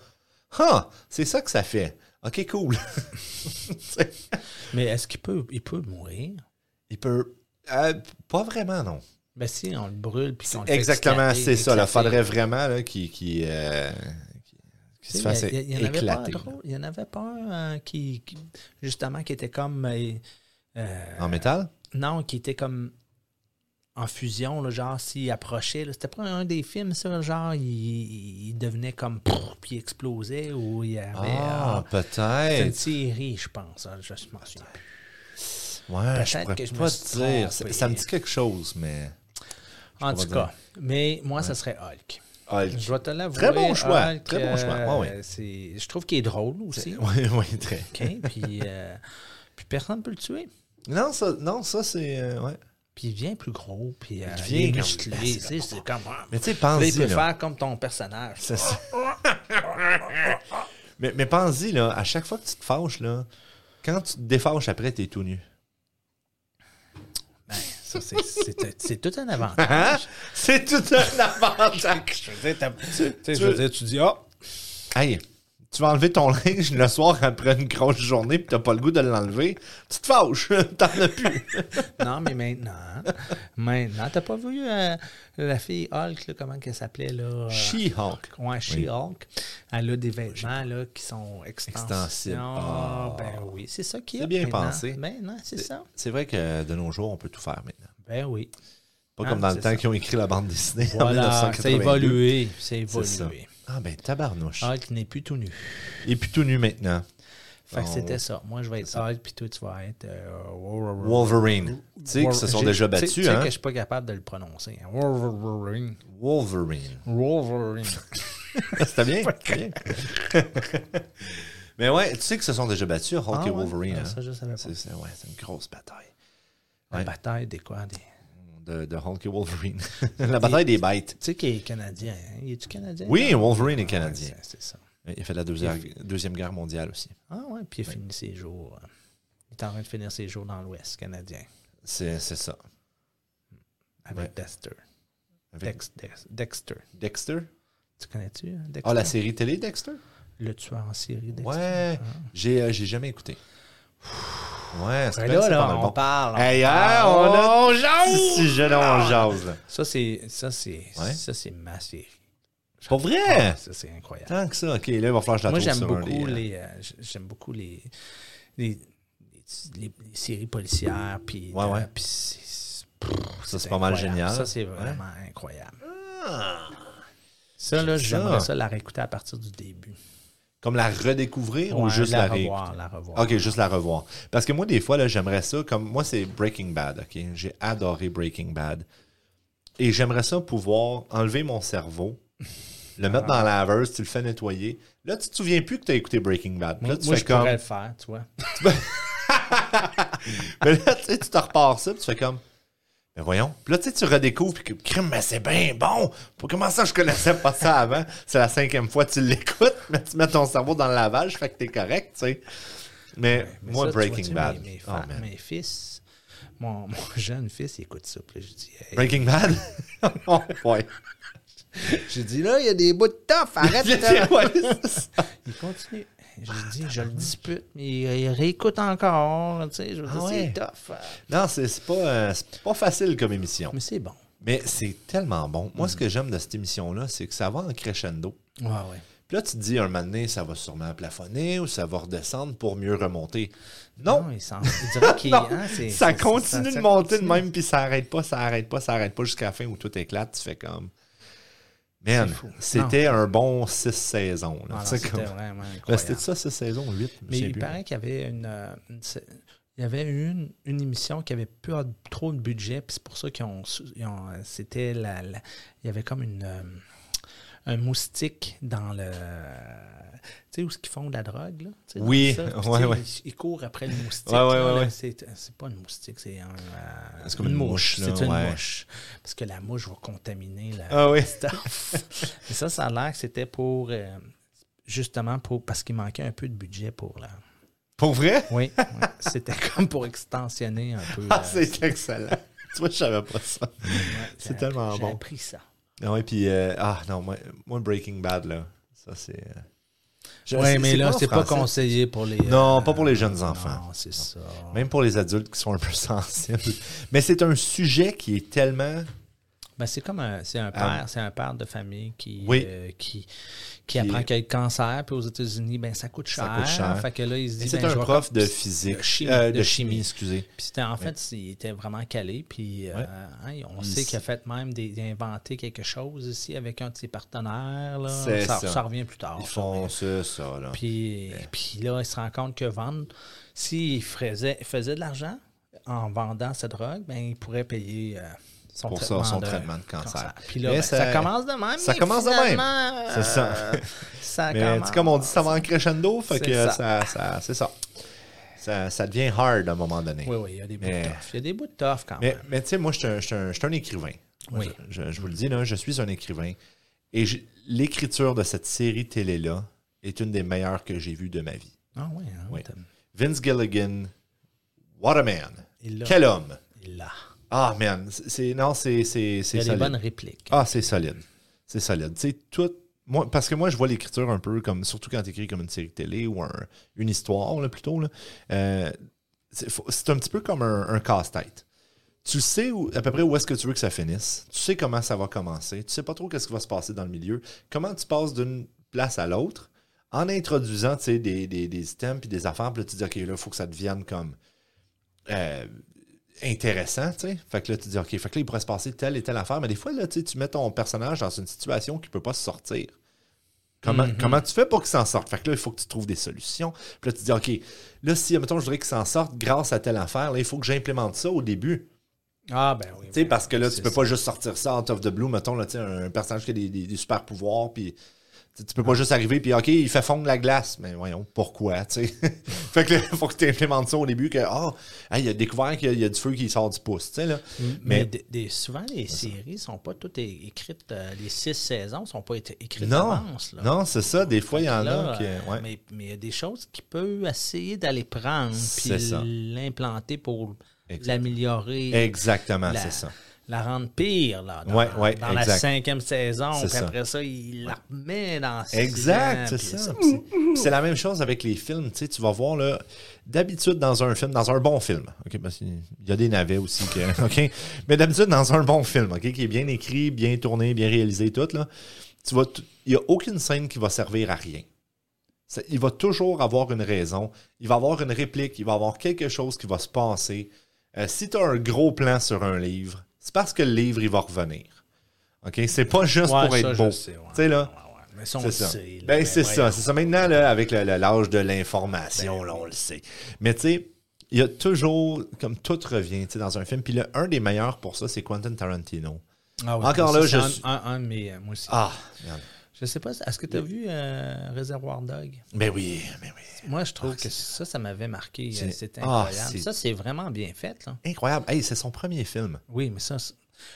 B: ah, c'est ça que ça fait. OK, cool. <laughs> Tu sais,
A: <laughs> Mais est-ce qu'il peut, il peut mourir?
B: Il peut... euh, pas vraiment, non.
A: Ben si, on le brûle puis qu'on le fait
B: Exactement,
A: éclater,
B: c'est ça. Il
A: éclater.
B: faudrait vraiment là, qu'il qu'il, euh, qu'il
A: Tu
B: se
A: sais,
B: fasse
A: Il y, a- il y en avait pas un
B: éclater. là.
A: drôle, il y en avait pas un euh, qui, qui- justement, qui était comme. euh, euh,
B: En métal?
A: non, qui était comme en fusion, là, genre s'il approchait. là, C'était pas un des films, ça, genre il, il- il devenait comme. prrr, Puis il explosait ou il y avait.
B: Ah,
A: euh, c'est une
B: peut-être.
A: série, je pense. hein, je m'en souviens plus.
B: Ouais, je
A: peut-être
B: pourrais
A: que je me
B: pas
A: suis
B: te dire. Ça,
A: trompé.
B: ça me dit quelque chose, mais...
A: En
B: pourrais
A: tout cas, mais moi, ça serait Hulk.
B: Hulk.
A: Je vais te l'avouer.
B: Très bon choix,
A: Hulk,
B: très bon choix. Ouais, ouais.
A: euh, c'est- Je trouve qu'il est drôle aussi.
B: <laughs> Oui, oui, très.
A: OK, puis, euh, puis personne ne peut le tuer.
B: Non, ça, non, ça c'est. euh, ouais.
A: Puis il devient plus gros, puis euh,
B: Il
A: il,
B: devient
A: est
B: comme- ben,
A: musclé. tu sais, C'est comme...
B: Mais tu sais,
A: Là,
B: pense-y.
A: il peut
B: là.
A: faire comme ton personnage.
B: C'est ça. mais mais pense-y, là, à chaque fois que tu te fâches, là, quand tu te défâches après, t'es tout nu.
A: Ben, ça, c'est- c'est c'est tout un avantage.
B: Hein? <laughs> C'est tout
A: <laughs>
B: un avantage.
A: Ah, je veux dire, t'as- tu sais,
B: tu
A: je veux
B: veux-
A: dire, tu dis, ah,
B: Hey, tu vas enlever ton <laughs> linge le soir après une grosse journée puis t'as pas le goût de l'enlever. Tu te fâches, <laughs> t'en as plus.
A: non, mais maintenant, <laughs> maintenant, t'as pas vu euh, la fille Hulk, là, comment qu'elle s'appelait, là? euh,
B: She-Hulk.
A: Ouais, She-Hulk. Elle a des vêtements là, qui sont extensibles.
B: Extensibles.
A: Ah, ben oui, c'est ça qui est.
B: C'est bien pensé.
A: Ben non, c'est ça.
B: C'est vrai que de nos jours, on peut tout faire maintenant.
A: Ben oui.
B: Pas
A: Ah,
B: comme dans le
A: c'est
B: temps
A: ça.
B: qu'ils ont écrit la bande dessinée en
A: Voilà, ça a
B: 1982.
A: évolué. C'est
B: C'est ça.
A: évolué.
B: Ah ben tabarnouche.
A: Hulk n'est plus tout nu.
B: Il est plus tout nu maintenant.
A: Fait que
B: On-
A: c'était ça. Moi, je vais être Hulk, puis toi, tu vas être. euh,
B: Wolverine. Tu sais qu'ils se sont
A: J'ai-
B: déjà
A: tu sais- Tu
B: battus,
A: sais
B: hein?
A: que je suis pas capable de le prononcer. hein. Wolverine. <laughs>
B: Wolverine. <laughs> Ah,
A: Wolverine.
B: C'était bien. c'était bien. <laughs> Mais ouais, tu sais qu'ils se sont déjà battus, Hulk
A: Ah
B: et
A: ouais?
B: Wolverine.
A: Ah,
B: hein?
A: ça, je savais pas.
B: C'est c'est- ouais, c'est une grosse bataille.
A: La
B: Ouais.
A: bataille des quoi? Des... Tu
B: De, de Hulk
A: <laughs>
B: et Wolverine. la bataille des bêtes.
A: sais qu'il est canadien. Hein? Il est-tu canadien?
B: Oui, Wolverine est
A: Ah,
B: canadien.
A: c'est- C'est ça.
B: Il a fait la deuxième, deuxième guerre mondiale aussi.
A: Ah ouais, puis il a fini ses jours. euh, Il est en train de finir ses jours dans l'Ouest canadien
B: C'est c'est ça.
A: avec
B: Ouais.
A: Dexter.
B: Avec
A: Dex- Dex- Dexter.
B: Dexter.
A: Tu connais-tu hein, Dexter?
B: Ah, la série télé Dexter?
A: Le tueur en série Dexter. Ah.
B: Ouais. J'ai euh, j'ai jamais écouté. Ouais,
A: Ben
B: c'est
A: là,
B: c'est pas
A: là,
B: mal
A: on
B: bon.
A: parle. on
B: Hey,
A: parle.
B: hein, on a
A: Oh, jase!
B: Si sujet là, on jase. là.
A: Ça, c'est ça, c'est
B: Ouais.
A: ça, c'est ma série.
B: C'est pas vrai!
A: Ça, c'est incroyable.
B: Ah, Tant que ça, ok, là, il va falloir que je la
A: Ah. Moi,
B: trouve
A: j'aime
B: sur un
A: beaucoup
B: des, euh,
A: les, euh, j- j'aime beaucoup les les, les- les- les séries policières puis
B: Ouais,
A: euh,
B: ouais.
A: puis c'est-
B: Ça, c'est pas mal
A: incroyable.
B: génial.
A: Ça c'est
B: Ouais. Ah!
A: vraiment incroyable. Ça là, j'aimerais ça la réécouter à partir du début.
B: Comme la redécouvrir ou
A: Ouais,
B: juste la,
A: la
B: réécouter?
A: revoir, la revoir.
B: Ok, juste la revoir. Parce que moi, des fois, là, j'aimerais ça comme. Moi, c'est Breaking Bad, ok? J'ai adoré Breaking Bad. Et j'aimerais ça pouvoir enlever mon cerveau, le
A: Ah.
B: mettre dans la laveuse, tu le fais nettoyer. Là, tu te souviens plus que tu as écouté Breaking Bad. Là,
A: Moi,
B: tu
A: moi,
B: fais
A: je
B: comme.
A: pourrais le faire, tu vois.
B: Mais là, tu sais, tu te repars ça, puis tu fais comme. Mais voyons. Puis là, tu sais, tu redécouvres, puis que crime, mais c'est bien bon. Pour comment ça, je connaissais pas ça avant? C'est la cinquième fois que tu l'écoutes, mais tu mets ton cerveau dans le lavage, fait que t'es correct, tu sais. Mais,
A: Mais
B: moi,
A: ça, tu
B: Breaking
A: vois-tu,
B: Bad.
A: Mes, mes
B: Oh,
A: fa-
B: man.
A: mes fils, mon, <laughs> mon jeune fils, il écoute ça. Puis là, je dis, hey.
B: Breaking Bad?
A: <laughs>
B: Oh, ouais.
A: J'ai dit, là, il y a des bouts de
B: <laughs>
A: taf, arrête.
B: Ouais, c'est ça.
A: il continue.
B: Ah,
A: Je dis, je le dispute, mais il, il réécoute encore. Tu sais, je veux dire,
B: Ah ouais.
A: c'est tough. hein.
B: non, c'est c'est pas, euh, c'est pas facile comme émission.
A: Mais c'est bon.
B: Mais c'est tellement bon. Moi,
A: Mm.
B: ce que j'aime de cette émission-là, c'est que ça va en crescendo.
A: Ouais, Ah ouais.
B: Puis là, tu te dis, un moment donné, ça va sûrement plafonner ou ça va redescendre pour mieux remonter. Non,
A: Non, il, s'en- il dirait qu'il.
B: <laughs> Non,
A: hein, c'est-
B: ça
A: c'est-
B: continue
A: ça-
B: de
A: ça
B: monter
A: continue.
B: de même, puis ça arrête pas, ça arrête pas, ça arrête pas jusqu'à la fin où tout éclate. Tu fais comme. Man,
A: C'est fou.
B: c'était un bon six saisons.
A: Ah
B: là.
A: non,
B: Tu sais,
A: C'était
B: comme-
A: vraiment
B: Ben,
A: incroyable.
B: C'était ça, six saisons, huit. je me
A: Mais
B: souviens
A: il
B: plus.
A: paraît qu'il y avait une, euh, une sé- il y avait une, une émission qui avait plus hâte- trop de budget, puis c'est pour ça qu'ils ont, sou- ils ont, euh, c'était la, la- il y avait comme une euh, un moustique dans le tu sais où ce qu'ils font de la drogue là, tu sais, dans
B: Oui,
A: ça,
B: <laughs>
A: puis tu
B: ouais,
A: sais,
B: ouais.
A: Ils, ils courent après le moustique.
B: Ouais, ouais,
A: là,
B: ouais,
A: là,
B: ouais.
A: C'est, c'est pas une moustique, c'est un, euh,
B: C'est comme une mouche, là,
A: c'est une
B: ouais.
A: mouche parce que la mouche va contaminer la, <laughs>
B: Ah oui. <laughs>
A: mais ça, ça a l'air que c'était pour. euh, justement, pour parce qu'il manquait un peu de budget pour la.
B: Pour vrai?
A: Oui, oui. c'était comme pour extensionner un peu.
B: Ah,
A: euh,
B: c'est excellent. <laughs> tu vois, je savais pas ça.
A: ouais,
B: c'est
A: j'ai
B: tellement
A: appris-
B: bon.
A: J'ai appris ça.
B: Ah oui, puis. euh, ah non, moi, moi, Breaking Bad, là. Ça, c'est. euh, je-
A: Oui, mais là,
B: en
A: c'est pas
B: français.
A: conseillé pour les.
B: Non,
A: euh,
B: pas pour les jeunes enfants.
A: Non, c'est ça.
B: Même pour les adultes qui sont un peu <laughs> sensibles. Mais c'est un sujet qui est tellement.
A: Ben, c'est comme un, c'est un
B: Ah.
A: père, c'est un père de famille qui,
B: Oui.
A: euh, qui, qui, apprend qu'il a le cancer, puis aux États-Unis, ben ça coûte cher.
B: Ça coûte cher.
A: Fait que là, il se dit,
B: C'est
A: ben, je
B: un
A: vais
B: prof
A: comme-
B: de physique.
A: de chimie,
B: euh,
A: de
B: de
A: chimie.
B: chimie, excusez.
A: Puis c'était en fait, il était vraiment calé. Puis euh,
B: Ouais.
A: hein, on
B: Il
A: sait
B: s-
A: qu'il a fait même des, inventé quelque chose ici avec un de ses partenaires. Là.
B: C'est
A: Ça,
B: ça.
A: ça revient plus tard.
B: Ils
A: ça,
B: font
A: Ah, mais-
B: ça, ça, là.
A: Puis, puis là, il se rend compte que vendre, s'il faisait, faisait de l'argent en vendant cette drogue, ben, il pourrait payer euh, Son
B: pour
A: traitement
B: ça, son
A: de
B: traitement de cancer.
A: Puis là,
B: Mais
A: ben, ça,
B: ça-
A: commence de même.
B: ça
A: mais
B: commence de même.
A: finalement, euh,
B: C'est ça. <laughs>
A: ça
B: Mais tu
A: commence.
B: sais, comme on dit, ça va en crescendo, fait
A: C'est
B: que
A: ça.
B: ça, ça- c'est ça. ça. ça devient hard à un moment donné.
A: Oui, oui, il y a des bouts de
B: Mais-
A: tough. Il y a des bouts de tough quand
B: Mais,
A: même.
B: mais tu sais, moi, je suis un- je suis un, je suis un écrivain. Moi,
A: Oui.
B: Je, je- je vous le dis, là, je suis un écrivain. Et j'ai- l'écriture de cette série télé-là est une des meilleures que j'ai vues de ma vie.
A: Ah oui, hein,
B: Oui.
A: t'as-
B: Vince Gilligan, what a man.
A: Il l'a.
B: Quel homme.
A: il l'a.
B: Ah, man. c'est- c'est- non, c'est c'est-
A: Il y
B: c'est
A: a des
B: solide.
A: bonnes répliques.
B: Ah, c'est solide. C'est solide. Tu sais, tout. Moi, parce que moi, je vois l'écriture un peu comme, surtout quand tu écris comme une série télé ou un- une histoire, là, plutôt. là, euh, c'est faut- c'est un petit peu comme un, un casse-tête. Tu sais où- à peu près où est-ce que tu veux que ça finisse. Tu sais comment ça va commencer. Tu sais pas trop qu'est-ce qui va se passer dans le milieu. Comment tu passes d'une place à l'autre en introduisant, tu sais, des, des, des items puis des affaires. Puis là, tu dis, OK, là, il faut que ça devienne comme... euh, intéressant, tu sais. Fait que là, tu dis, OK, fait que là, il pourrait se passer telle et telle affaire, mais des fois, là, tu sais, tu mets ton personnage dans une situation qui peut pas se sortir. Comment, comment tu fais pour qu'il s'en sorte? Fait que là, il faut que tu trouves des solutions. Puis là, tu dis, OK, là, si, mettons, je voudrais qu'il s'en sorte grâce à telle affaire, là, il faut que j'implémente ça au début.
A: Ah, ben oui.
B: Tu sais, parce que là, tu
A: C'est
B: peux
A: ça.
B: pas juste sortir ça out of the blue, mettons, là, tu sais, un personnage qui a des, des- des super pouvoirs, puis tu sais, tu peux pas juste arriver, puis OK, il fait fondre la glace. Mais voyons, pourquoi, tu sais? <laughs> fait que là, faut que tu implémentes ça au début, que, ah, hey, il a découvert qu'il y a- il y a du feu qui sort du pouce, tu sais, là.
A: Mm, Mais,
B: Mais-
A: des- des- souvent, les séries sont pas toutes é- écrites, euh, les six saisons sont pas été écrites
B: Non,
A: d'avance. là.
B: non c'est ça. Des fois, il y en
A: Là,
B: a qui.
A: euh,
B: ouais.
A: Mais mais il y a des choses qu'il peut essayer d'aller prendre
B: C'est ça.
A: puis l'implanter pour
B: Exact.
A: l'améliorer,
B: Exactement,
A: la-
B: c'est ça.
A: la rendre pire là, dans,
B: Ouais, ouais,
A: dans la
B: exact.
A: cinquième saison.
B: C'est
A: Puis
B: ça.
A: après ça, il la remet dans six
B: Exact,
A: ans,
B: c'est
A: Ah, puis
B: ça.
A: <laughs>
B: Puis c'est- puis C'est la même chose avec les films. Tu sais, tu vas voir, là, d'habitude, dans un film, dans un bon film, OK, parce qu'il y a des navets aussi, que- <laughs> OK, mais d'habitude, dans un bon film, OK, qui est bien écrit, bien tourné, bien réalisé, tout, là, tu vas t- il n'y a aucune scène qui va servir à rien. Ça- il va toujours avoir une raison, il va avoir une réplique, il va avoir quelque chose qui va se passer. Euh, si tu as un gros plan sur un livre, c'est parce que le livre, il va revenir. OK? C'est pas juste
A: Ouais,
B: pour
A: ça,
B: être
A: je
B: beau.
A: sais, ouais.
B: Tu sais, là,
A: Ouais, ouais. Mais ça, on
B: c'est
A: le
B: ça.
A: sait, là.
B: Ben, c'est
A: voyons. Ben
B: ça. C'est ça. Maintenant, là, avec le- le- l'âge de l'information, là, on le sait. Mais tu sais, il y a toujours, comme tout revient tu sais, dans un film. Puis le- un des meilleurs pour ça, c'est Quentin Tarantino.
A: Ah oui,
B: Encore
A: ça,
B: là,
A: c'est
B: je
A: un,
B: suis-
A: un- un de mes, euh, moi aussi.
B: Ah, merde.
A: Je sais pas, est-ce que tu as vu euh, Réservoir Dog?
B: ben oui, ben oui.
A: Moi, je trouve que ça, ça m'avait marqué.
B: C'est-
A: euh, C'était
B: Ah,
A: incroyable.
B: c'est-
A: ça, c'est vraiment bien fait. Là.
B: Incroyable. Hey, c'est son premier film.
A: Oui, mais ça, c'est-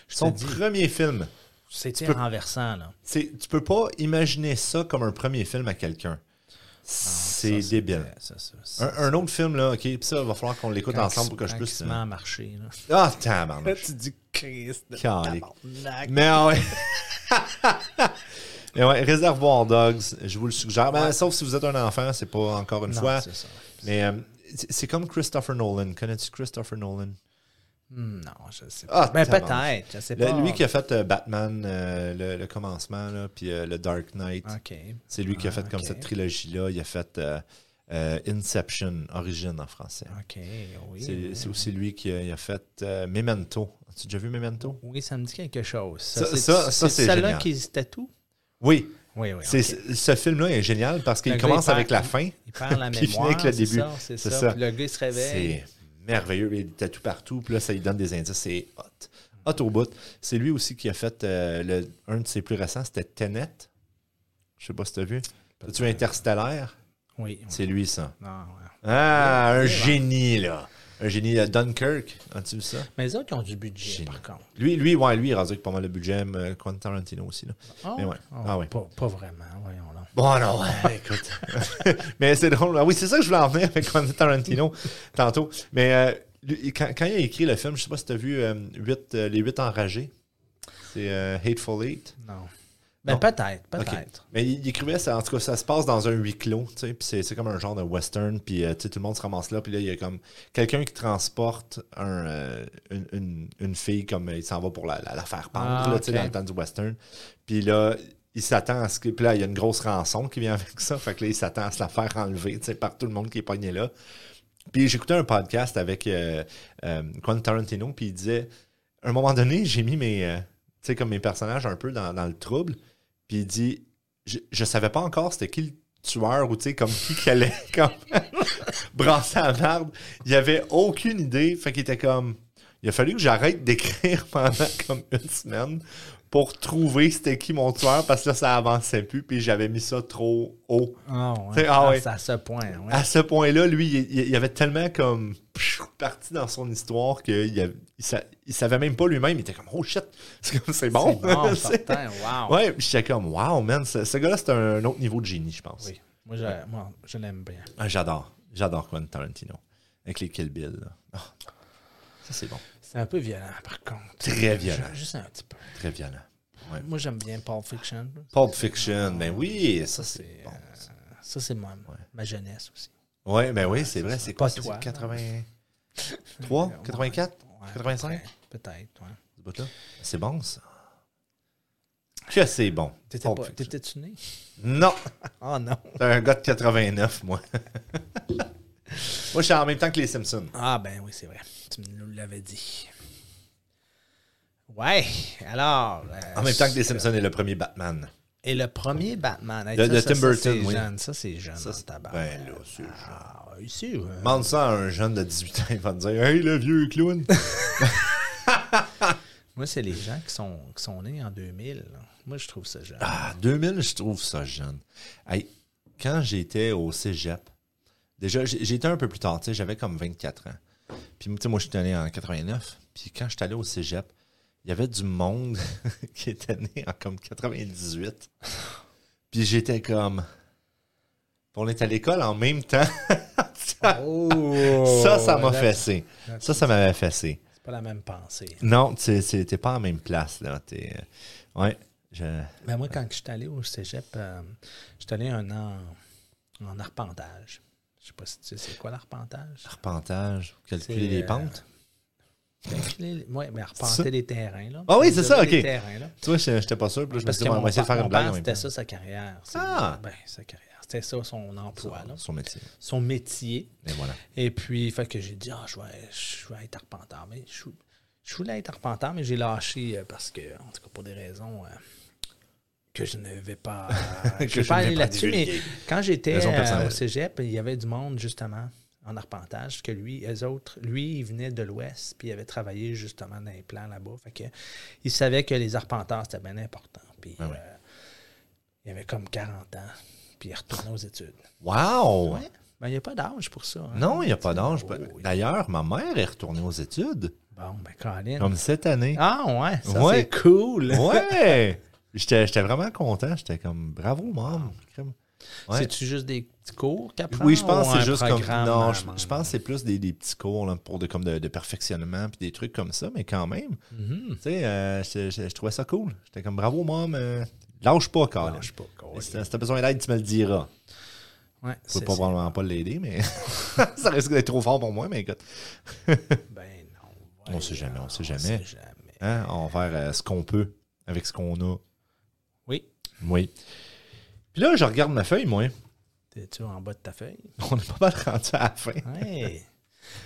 A: je te
B: Son
A: dis,
B: premier film.
A: c'était
B: peux-
A: renversant. Là.
B: C'est- Tu peux pas imaginer ça comme un premier film à quelqu'un. C'est
A: Ah, Ça,
B: débile.
A: c'était- ça, ça, ça.
B: Un, un autre film, là, OK, puis ça, va falloir qu'on l'écoute
A: Quand
B: ensemble pour que
A: il-
B: je
A: quand il
B: puisse... euh,
A: se met à marcher.
B: <laughs>
A: Là.
B: Ah, tabarnak.
A: <laughs> tu dis <laughs> Christ. de
B: Calique.
A: tabarnak.
B: Mais ah ouais. <laughs> Mais ouais, Réservoir Dogs, je vous le suggère. Ben, Sauf si vous êtes un enfant, c'est pas encore une
A: Non,
B: fois.
A: c'est ça.
B: Mais euh, c'est- c'est comme Christopher Nolan. Connais-tu Christopher Nolan?
A: Hmm, Non, je sais pas.
B: Ah,
A: ben,
B: tabarnak.
A: peut-être. Je sais
B: Le-
A: pas.
B: lui qui a fait euh, Batman, euh, le, le commencement, là, puis euh, le Dark Knight.
A: OK.
B: C'est lui qui a
A: Ah,
B: fait comme
A: ok.
B: cette trilogie-là. Il a fait euh, euh, Inception, Origine en français.
A: OK, oui.
B: C'est
A: oui.
B: c'est aussi lui qui a, il a fait euh, Memento. As-tu déjà vu Memento?
A: Oui, ça me dit quelque chose.
B: Ça-
A: c'est-
B: ça- ça, c'est
A: celle-là
B: génial.
A: qui se tatoue?
B: Oui,
A: Oui, oui.
B: c'est
A: ok.
B: ce- ce film-là est génial parce
A: Le
B: qu'il
A: gars, il
B: commence
A: perd-
B: avec la fin.
A: Il perd la
B: <laughs> Puis il
A: mémoire.
B: finit avec le
A: c'est
B: début.
A: ça, C'est ça.
B: C'est ça.
A: Puis Le gars, il se réveille.
B: C'est merveilleux. Il est tout partout. Puis là, ça lui donne des indices. C'est hot. Hot au bout. C'est lui aussi qui a fait euh, le, un de ses plus récents. C'était Tenet. Je sais pas si tu as vu. As-tu Interstellaire?
A: Oui. oui.
B: C'est lui, ça.
A: Non, ouais.
B: Ah, un
A: Ouais.
B: génie, là. Un génie. là. Dunkirk. As-tu vu ça?
A: Mais les autres, ils ont du budget,
B: Génial.
A: par contre.
B: Lui, lui, ouais, lui, il a pas mal le budget. euh, Quentin Tarantino aussi, là.
A: Ah,
B: Mais ouais.
A: ah,
B: Ah ouais.
A: Pas, pas vraiment, voyons là.
B: Bon, non, ouais, <laughs> écoute. <laughs> mais c'est drôle. Ah oui, c'est ça que je voulais en venir avec Quentin <laughs> Tarantino tantôt. Mais euh, lui, quand, quand il a écrit le film, je sais pas si tu as vu euh, Huit, euh, Les Huit Enragés. C'est euh, Hateful Eight.
A: Non. Ben
B: Non.
A: peut-être,
B: Ok.
A: peut-être.
B: Mais il, il écrivait, ça, en tout cas, ça se passe dans un huis clos, tu sais, puis c'est c'est comme un genre de western, puis euh, tu sais, tout le monde se ramasse là, puis là, il y a comme quelqu'un qui transporte un, euh, une, une- une fille, comme euh, il s'en va pour la, la- la faire pendre,
A: Ah,
B: là, tu sais,
A: ok.
B: dans le temps du western. Puis là, il s'attend à ce que. Puis là, il y a une grosse rançon qui vient avec ça, fait que là, il s'attend à se la faire enlever, tu sais, par tout le monde qui est pogné là. Puis j'écoutais un podcast avec euh, euh, Quentin Tarantino, puis il disait à un moment donné, j'ai mis mes, euh, tu sais, comme mes personnages un peu dans, dans le trouble, puis il dit je, je savais pas encore c'était qui le tueur ou tu sais, <laughs> comme qui qu'elle est, comme brasser la merde. Il avait aucune idée, fait qu'il était comme Il a fallu que j'arrête d'écrire <laughs> pendant comme une semaine pour trouver c'était qui mon tueur parce que là, ça avançait plus, puis j'avais mis ça trop haut.
A: Ah,
B: C'est-
A: ouais.
B: ah ouais. Ah,
A: C'est à ce point. ouais.
B: À ce point-là, lui, il, il- il avait tellement comme pfiou, parti dans son histoire qu'il avait- il, sa- il savait même pas lui-même. Il était comme Oh shit, <laughs> c'est comme c'est bon.
A: C'est
B: <laughs>
A: bon,
B: C'est-
A: certain. Wow.
B: Ouais, puis j'étais comme Wow, man, ce, ce gars-là, c'est un autre niveau de génie, je pense.
A: Oui. Moi, je, moi, je l'aime bien.
B: Ah, j'adore. J'adore Quentin Tarantino. Avec les Kill Bill. là. Ah, ça, c'est bon.
A: C'est un peu violent, par contre.
B: Très violent.
A: Juste un petit peu.
B: Très violent. Ouais.
A: Moi, j'aime bien Pulp Fiction.
B: Pulp Fiction, ben oui, ça, c'est
A: c'est,
B: bon.
A: Ça, c'est moi, ma jeunesse aussi.
B: Ouais, ben oui, c'est vrai. C'est quoi
A: Pas
B: ça,
A: toi.
B: C'est 83,
A: <laughs>
B: 84,
A: Ouais,
B: 85?
A: peut- Peut-être, ouais.
B: ce bout-là? C'est bon, ça. Que c'est bon.
A: Ah. T'étais
B: Pulp
A: pas-
B: Fiction.
A: T'étais-tu né?
B: Non,
A: Ah non.
B: t'es un gars de 89, moi. <laughs> moi, je suis en même temps que les Simpsons.
A: Ah ben oui, c'est vrai. Tu me nous l'avais dit. Ouais, alors... euh,
B: En même temps que les Simpsons est le premier Batman.
A: Et le premier Batman. Hey,
B: De-
A: ça, ça,
B: de
A: ça,
B: Tim Burton,
A: c'est
B: oui.
A: jeune. Ça, c'est jeune.
B: Ça,
A: Ça,
B: c'est-
A: c'est
B: Ben là, c'est
A: Ah, ici, euh,
B: Demande ça à un jeune de 18 ans, il va te dire Hey, le vieux clown
A: moi, c'est les gens qui sont, qui sont nés en 2000. là. Moi, je trouve ça jeune.
B: Ah, 2000, je trouve ça jeune. Hey, quand j'étais au cégep, déjà, j'ai- j'étais un peu plus tard, tu sais, j'avais comme 24 ans. Puis, tu sais, moi, je suis allé en 89. Puis, quand je suis allé au cégep, il y avait du monde <laughs> qui était né en comme 98. Puis, j'étais comme. On est à l'école en même temps.
A: Oh,
B: ça, ça m'a
A: là,
B: fessé. Ça, ça m'avait fessé.
A: C'est pas la même pensée.
B: Non, tu sais, t'es pas en même place, là. T'es, euh, ouais, je-
A: Ben moi, quand je suis allé au cégep, euh, je suis allé un an en arpentage. Je sais pas si tu sais c'est quoi l'arpentage.
B: arpentage, calculer
A: C'est,
B: les
A: euh,
B: pentes.
A: Ben, Oui, mais
B: Ça?
A: arpenter les terrains. Là.
B: Ah oui, c'est ça,
A: Les
B: ok.
A: terrains, là.
B: Tu vois, je- j'étais pas sûr, puis là, je me
A: Parce
B: suis
A: que
B: dit, bon, on
A: mon
B: va essayer de
A: pa-
B: faire
A: mon
B: une blague
A: père,
B: en même
A: c'était
B: temps.
A: ça sa carrière. C'est-
B: Ah!
A: Ben, sa carrière. C'était ça son emploi, là.
B: Son métier.
A: son métier.
B: Et voilà.
A: Et puis, fait que j'ai dit, ah, je, vais, je vais être arpenteur. Mais je, je voulais être arpenteur, mais j'ai lâché euh, parce que, en tout cas, pour des raisons euh, que je ne vais
B: <laughs>
A: pas.
B: Que
A: je
B: je
A: vais pas
B: ne vais
A: aller
B: pas
A: là-dessus, mais
B: divulguer.
A: quand j'étais
B: Raison
A: euh,
B: personnelle.
A: au cégep, il y avait du monde, justement, en arpentage, que lui, eux autres, lui, il venait de l'Ouest, puis il avait travaillé, justement, dans les plans là-bas. Fait que, il savait que les arpenteurs, c'était bien important. Puis,
B: Ah ouais.
A: euh, il avait comme 40 ans, puis il retournait aux études.
B: Wow!
A: Ouais. Ben, il n'y a pas d'âge pour ça. hein.
B: Non, il n'y a pas d'âge.
A: Oh, oui.
B: D'ailleurs, ma mère est retournée aux études,
A: Bon, ben, Colin.
B: comme cette année.
A: Ah, ouais, ça,
B: Ouais.
A: c'est cool.
B: <laughs> Ouais! J'étais j'étais vraiment content. J'étais comme, bravo, maman. Crime. Ouais.
A: C'est-tu juste des petits cours qu'elle prend
B: Oui, je pense
A: ou
B: que
A: un
B: c'est juste comme.
A: programme,
B: Non,
A: euh,
B: je, je pense que c'est plus des, des petits cours là, pour de, comme de, de perfectionnement puis des trucs comme ça, mais quand même, tu sais, euh, je, je- je trouvais ça cool. J'étais comme bravo, mom, euh, lâche pas, Carl.
A: Lâche pas, Colin.
B: Si t'as si t'as besoin d'aide, tu me le diras.
A: Ouais,
B: Je
A: c'est
B: peux pas probablement pas l'aider, mais <laughs> ça risque d'être trop fort pour moi, mais écoute.
A: ça. Ben, non.
B: On sait jamais, on sait
A: voyons,
B: jamais.
A: sait jamais.
B: Hein, On va faire euh, ce qu'on peut avec ce qu'on a.
A: Oui,
B: Oui. Puis là, je regarde ma feuille, moi. <laughs>
A: t'es-tu en bas de ta feuille?
B: On est pas mal rendu à la fin. <laughs>
A: Ouais.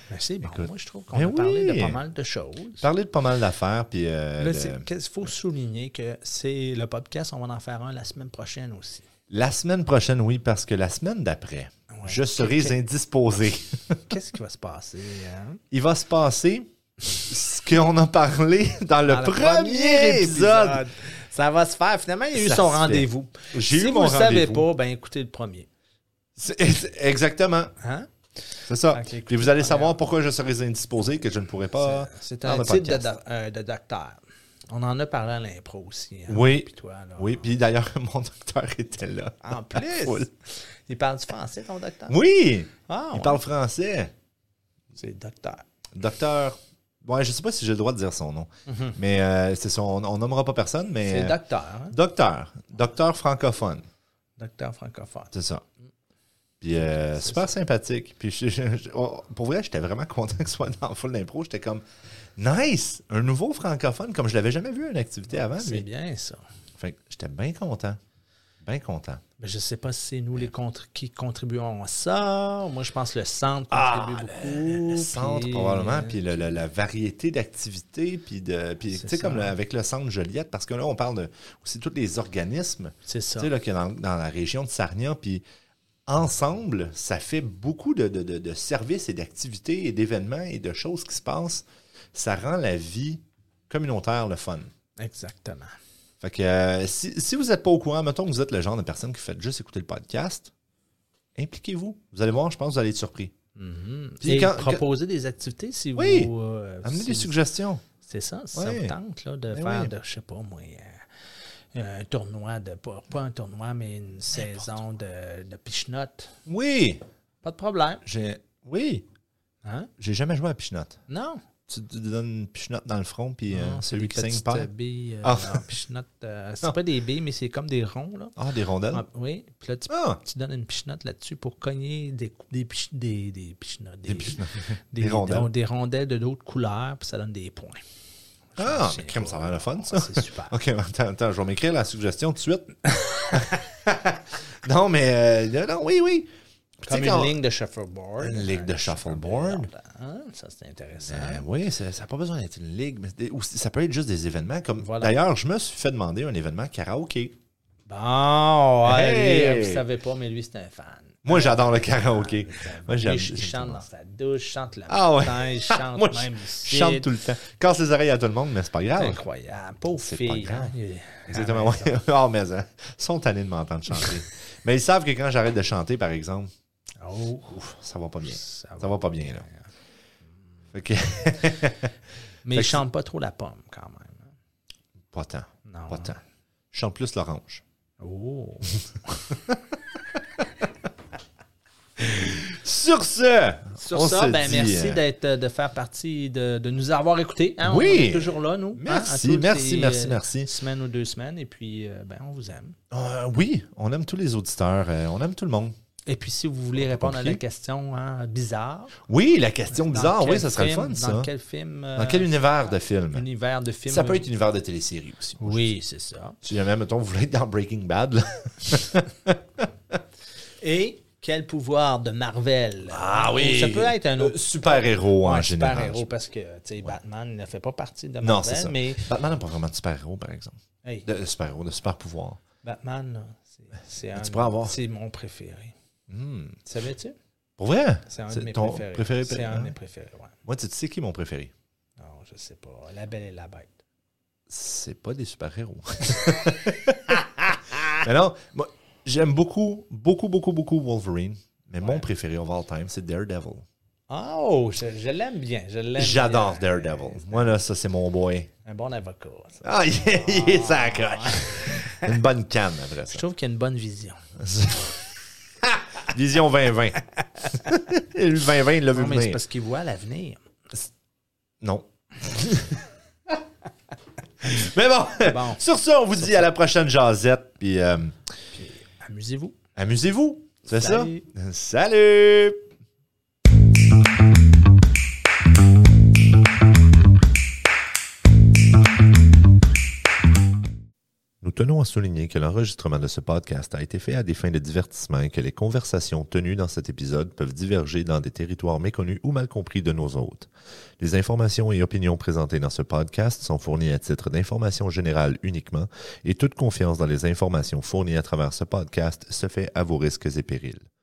A: Ben, c'est bon.
B: Écoute.
A: Moi, je trouve qu'on
B: Mais
A: a parlé
B: oui.
A: de pas mal de choses.
B: Parler de pas mal d'affaires, puis. euh,
A: Là,
B: de-
A: il faut souligner que c'est le podcast, on va en faire un la semaine prochaine aussi.
B: La semaine prochaine, oui, parce que la semaine d'après,
A: Ouais.
B: je serai
A: Ok.
B: indisposé.
A: Qu'est-ce qui va se passer? hein?
B: Il va se passer ce qu'on a parlé <laughs> dans le,
A: Dans
B: premier, épisode.
A: Ça va se faire. Finalement, il a eu
B: Ça
A: son
B: se
A: rendez-vous.
B: J'ai
A: si
B: eu
A: vous
B: mon
A: ne savez
B: rendez-vous.
A: pas, ben écoutez le premier.
B: C'est- c'est- Exactement,
A: Hein?
B: c'est ça.
A: Ok, écoute,
B: Puis vous allez
A: première.
B: savoir pourquoi je serai indisposé, que je ne pourrai pas.
A: C'est
B: Ah, dans
A: un
B: le
A: titre de,
B: podcast.
A: do- euh, de docteur. On en a parlé à l'impro aussi. hein,
B: Oui.
A: puis toi, là.
B: Oui, puis d'ailleurs, <laughs> mon docteur était là. <laughs>
A: En
B: Full.
A: plus, il parle du français, ton docteur?
B: Oui,
A: Ah,
B: il
A: ouais.
B: parle français.
A: C'est docteur.
B: Docteur. Ouais, je sais pas si j'ai le droit de dire son nom, mais euh, c'est son. On nommera pas personne, mais.
A: Mhm. C'est docteur, hein?
B: Docteur. Docteur francophone.
A: Docteur francophone.
B: C'est ça. Puis euh, super sympathique. Puis je- je- je- oh, pour vrai, j'étais vraiment content <laughs> que ce soit dans Full d'impro. J'étais comme nice, un nouveau francophone comme je l'avais jamais vu à une activité avant
A: C'est
B: lui.
A: bien ça.
B: Fait que j'étais bien content. Bien content.
A: Mais je ne sais pas si c'est
B: Euh.
A: nous les contre qui contribuons à ça. Moi, je pense que le centre
B: Ah,
A: contribue beaucoup.
B: Le centre,
A: puis-
B: probablement, puis le- le- la variété d'activités, puis de. Puis tu
A: C'est
B: sais, comme
A: ça.
B: le- avec le centre Joliette, parce que là, on parle de, aussi de tous les organismes
A: C'est
B: tu
A: ça.
B: sais, là, qu'il y a dans, dans la région de Sarnia, puis ensemble, ça fait beaucoup de, de- de- de services et d'activités et d'événements et de choses qui se passent. Ça rend la vie communautaire le fun.
A: Exactement.
B: Fait que euh, si, si vous n'êtes pas au courant, mettons que vous êtes le genre de personne qui fait juste écouter le podcast, impliquez-vous. Vous allez voir, je pense que vous allez être surpris.
A: Mhm.
B: Puis
A: Et
B: quand-
A: proposer des activités si vous.
B: Oui.
A: euh,
B: Amenez
A: si
B: des
A: vous-
B: suggestions.
A: C'est ça, si ça
B: Ouais.
A: vous tente là, de
B: Ben
A: faire,
B: oui.
A: de, je sais pas moi, euh, un tournoi, de pas, pas un tournoi, mais une saison de, de pichenotte.
B: Oui,
A: Pas de problème.
B: j'ai oui,
A: Hein?
B: j'ai jamais joué à pichenotte.
A: Non.
B: Tu te donnes une pichenotte dans le front, puis euh,
A: Non, c'est
B: celui
A: des
B: qui saigne
A: petites,
B: pas.
A: euh, billes, euh,
B: Ah.
A: en pichenotte,
B: <laughs>
A: euh, c'est
B: Non.
A: pas des billes, mais c'est comme des ronds. Là.
B: Ah, des rondelles.
A: Ah, oui. Puis là, tu,
B: Ah,
A: tu donnes une pichenotte là-dessus pour cogner des, cou- des, pich- des, des pichenottes, des, <laughs>
B: des pichenottes.
A: des-
B: des rondelles.
A: donc, des rondelles de d'autres couleurs, puis ça donne des points.
B: Ah,
A: Je sais
B: mais crème, ça
A: pas. Ah,
B: va le fun, ça.
A: C'est super.
B: <laughs> OK, attends, attends, je vais m'écrire la suggestion tout de suite. <laughs> non, mais euh, non, oui, oui. Puis tu
A: Comme
B: sais, quand-
A: une ligne de shuffleboard.
B: Une ligne de shuffleboard.
A: Hein, Ça, c'est intéressant.
B: Euh, oui, ça n'a pas besoin d'être une ligue, mais des- ou ça peut être juste des événements. Comme
A: Voilà.
B: d'ailleurs, je me suis fait demander un événement karaoké.
A: Bon,
B: Hey!
A: allez, vous savez pas, mais Ah, lui, c'est un fan.
B: Moi, j'adore le karaoké. Moi,
A: Lui,
B: j'aime.
A: il chante dans sa douche, il chante le
B: Ah ouais. <laughs>
A: matin, il chante
B: Moi,
A: même
B: je
A: ici.
B: chante tout le temps. Casse les oreilles à tout le monde, mais c'est pas
A: C'est
B: grave.
A: incroyable. Pauvre
B: C'est
A: fille.
B: pas grave.
A: hein, il-
B: Exactement. ouais. <laughs> Ah, mais hein, ils sont tannés de
A: <laughs>
B: m'entendre chanter. mais ils savent que quand j'arrête de chanter, par exemple,
A: Oh,
B: ouf, ça va pas bien.
A: ça
B: Ça va pas bien, là. Fait que- <laughs>
A: Mais
B: Fait
A: il
B: que
A: chante pas trop la pomme, quand même. hein.
B: pas tant.
A: Non.
B: Pas tant. Je chante plus l'orange. <laughs>
A: Oh.
B: Sur ce,
A: Sur
B: on
A: ça,
B: se
A: ben,
B: dit,
A: merci
B: euh,
A: d'être, de faire partie, de, de nous avoir écoutés. hein.
B: Oui.
A: On est toujours là, nous. hein,
B: Merci,
A: à toutes
B: merci,
A: ces,
B: merci,
A: euh,
B: merci.
A: Semaine ou deux semaines, et puis, euh, ben, on vous aime.
B: Euh, oui, on aime tous les auditeurs, euh, on aime tout le monde.
A: Et puis, si vous voulez répondre à la
B: compliqué.
A: question hein, bizarre,
B: Oui, la question
A: dans
B: bizarre,
A: quel
B: oui, ça serait le
A: film-
B: fun, ça.
A: Dans quel film euh,
B: Dans quel univers de film
A: univers de film
B: Ça peut être univers de télésérie aussi.
A: Oui, c'est ça.
B: Si jamais, mettons, vous voulez être dans Breaking Bad, là.
A: Et quel pouvoir de Marvel Ça peut être un autre.
B: Ah Euh, super-héros en
A: Ouais,
B: général.
A: super-héros, parce que tu sais, Batman ne fait pas partie de Marvel,
B: Non, c'est ça.
A: mais
B: Batman n'a pas vraiment de super-héros, par exemple.
A: hey,
B: De de super-héros, de super-pouvoir.
A: Batman, là, c'est- c'est un-
B: Tu pourrais avoir.
A: c'est mon préféré.
B: Hmm.
A: Tu Savais-tu?
B: Pour vrai?
A: C'est un de
B: C'est
A: mes
B: ton
A: préférés.
B: préféré,
A: c'est un de
B: hein?
A: mes préférés, ouais.
B: Moi, tu tu sais qui est mon préféré?
A: Non, je sais pas. La Belle et la Bête.
B: c'est pas des super-héros. <laughs> mais non, moi, j'aime beaucoup, beaucoup, beaucoup, beaucoup Wolverine. Mais mon préféré of all time, c'est Daredevil.
A: Oh, je, je l'aime bien. je l'aime
B: J'adore
A: bien.
B: Daredevil. Moi, là, ça, c'est mon boy.
A: Un bon avocat. ça.
B: Ah, <laughs> il est, il est sur la coche. Une bonne canne, après
A: Je <laughs>
B: ça.
A: trouve qu'il y a une bonne vision. <laughs>
B: Vision 2020. le 2020, il l'a vu
A: Non, mais c'est
B: venir.
A: parce qu'il voit l'avenir.
B: Non. <laughs> mais bon,
A: Bon.
B: sur ça, on vous dit à la prochaine jasette. Puis, euh,
A: Amusez-vous.
B: amusez-vous. C'est ça?
A: Salut.
B: Salut! Nous tenons à souligner que l'enregistrement de ce podcast a été fait à des fins de divertissement et que les conversations tenues dans cet épisode peuvent diverger dans des territoires méconnus ou mal compris de nos hôtes. Les informations et opinions présentées dans ce podcast sont fournies à titre d'information générale uniquement et toute confiance dans les informations fournies à travers ce podcast se fait à vos risques et périls.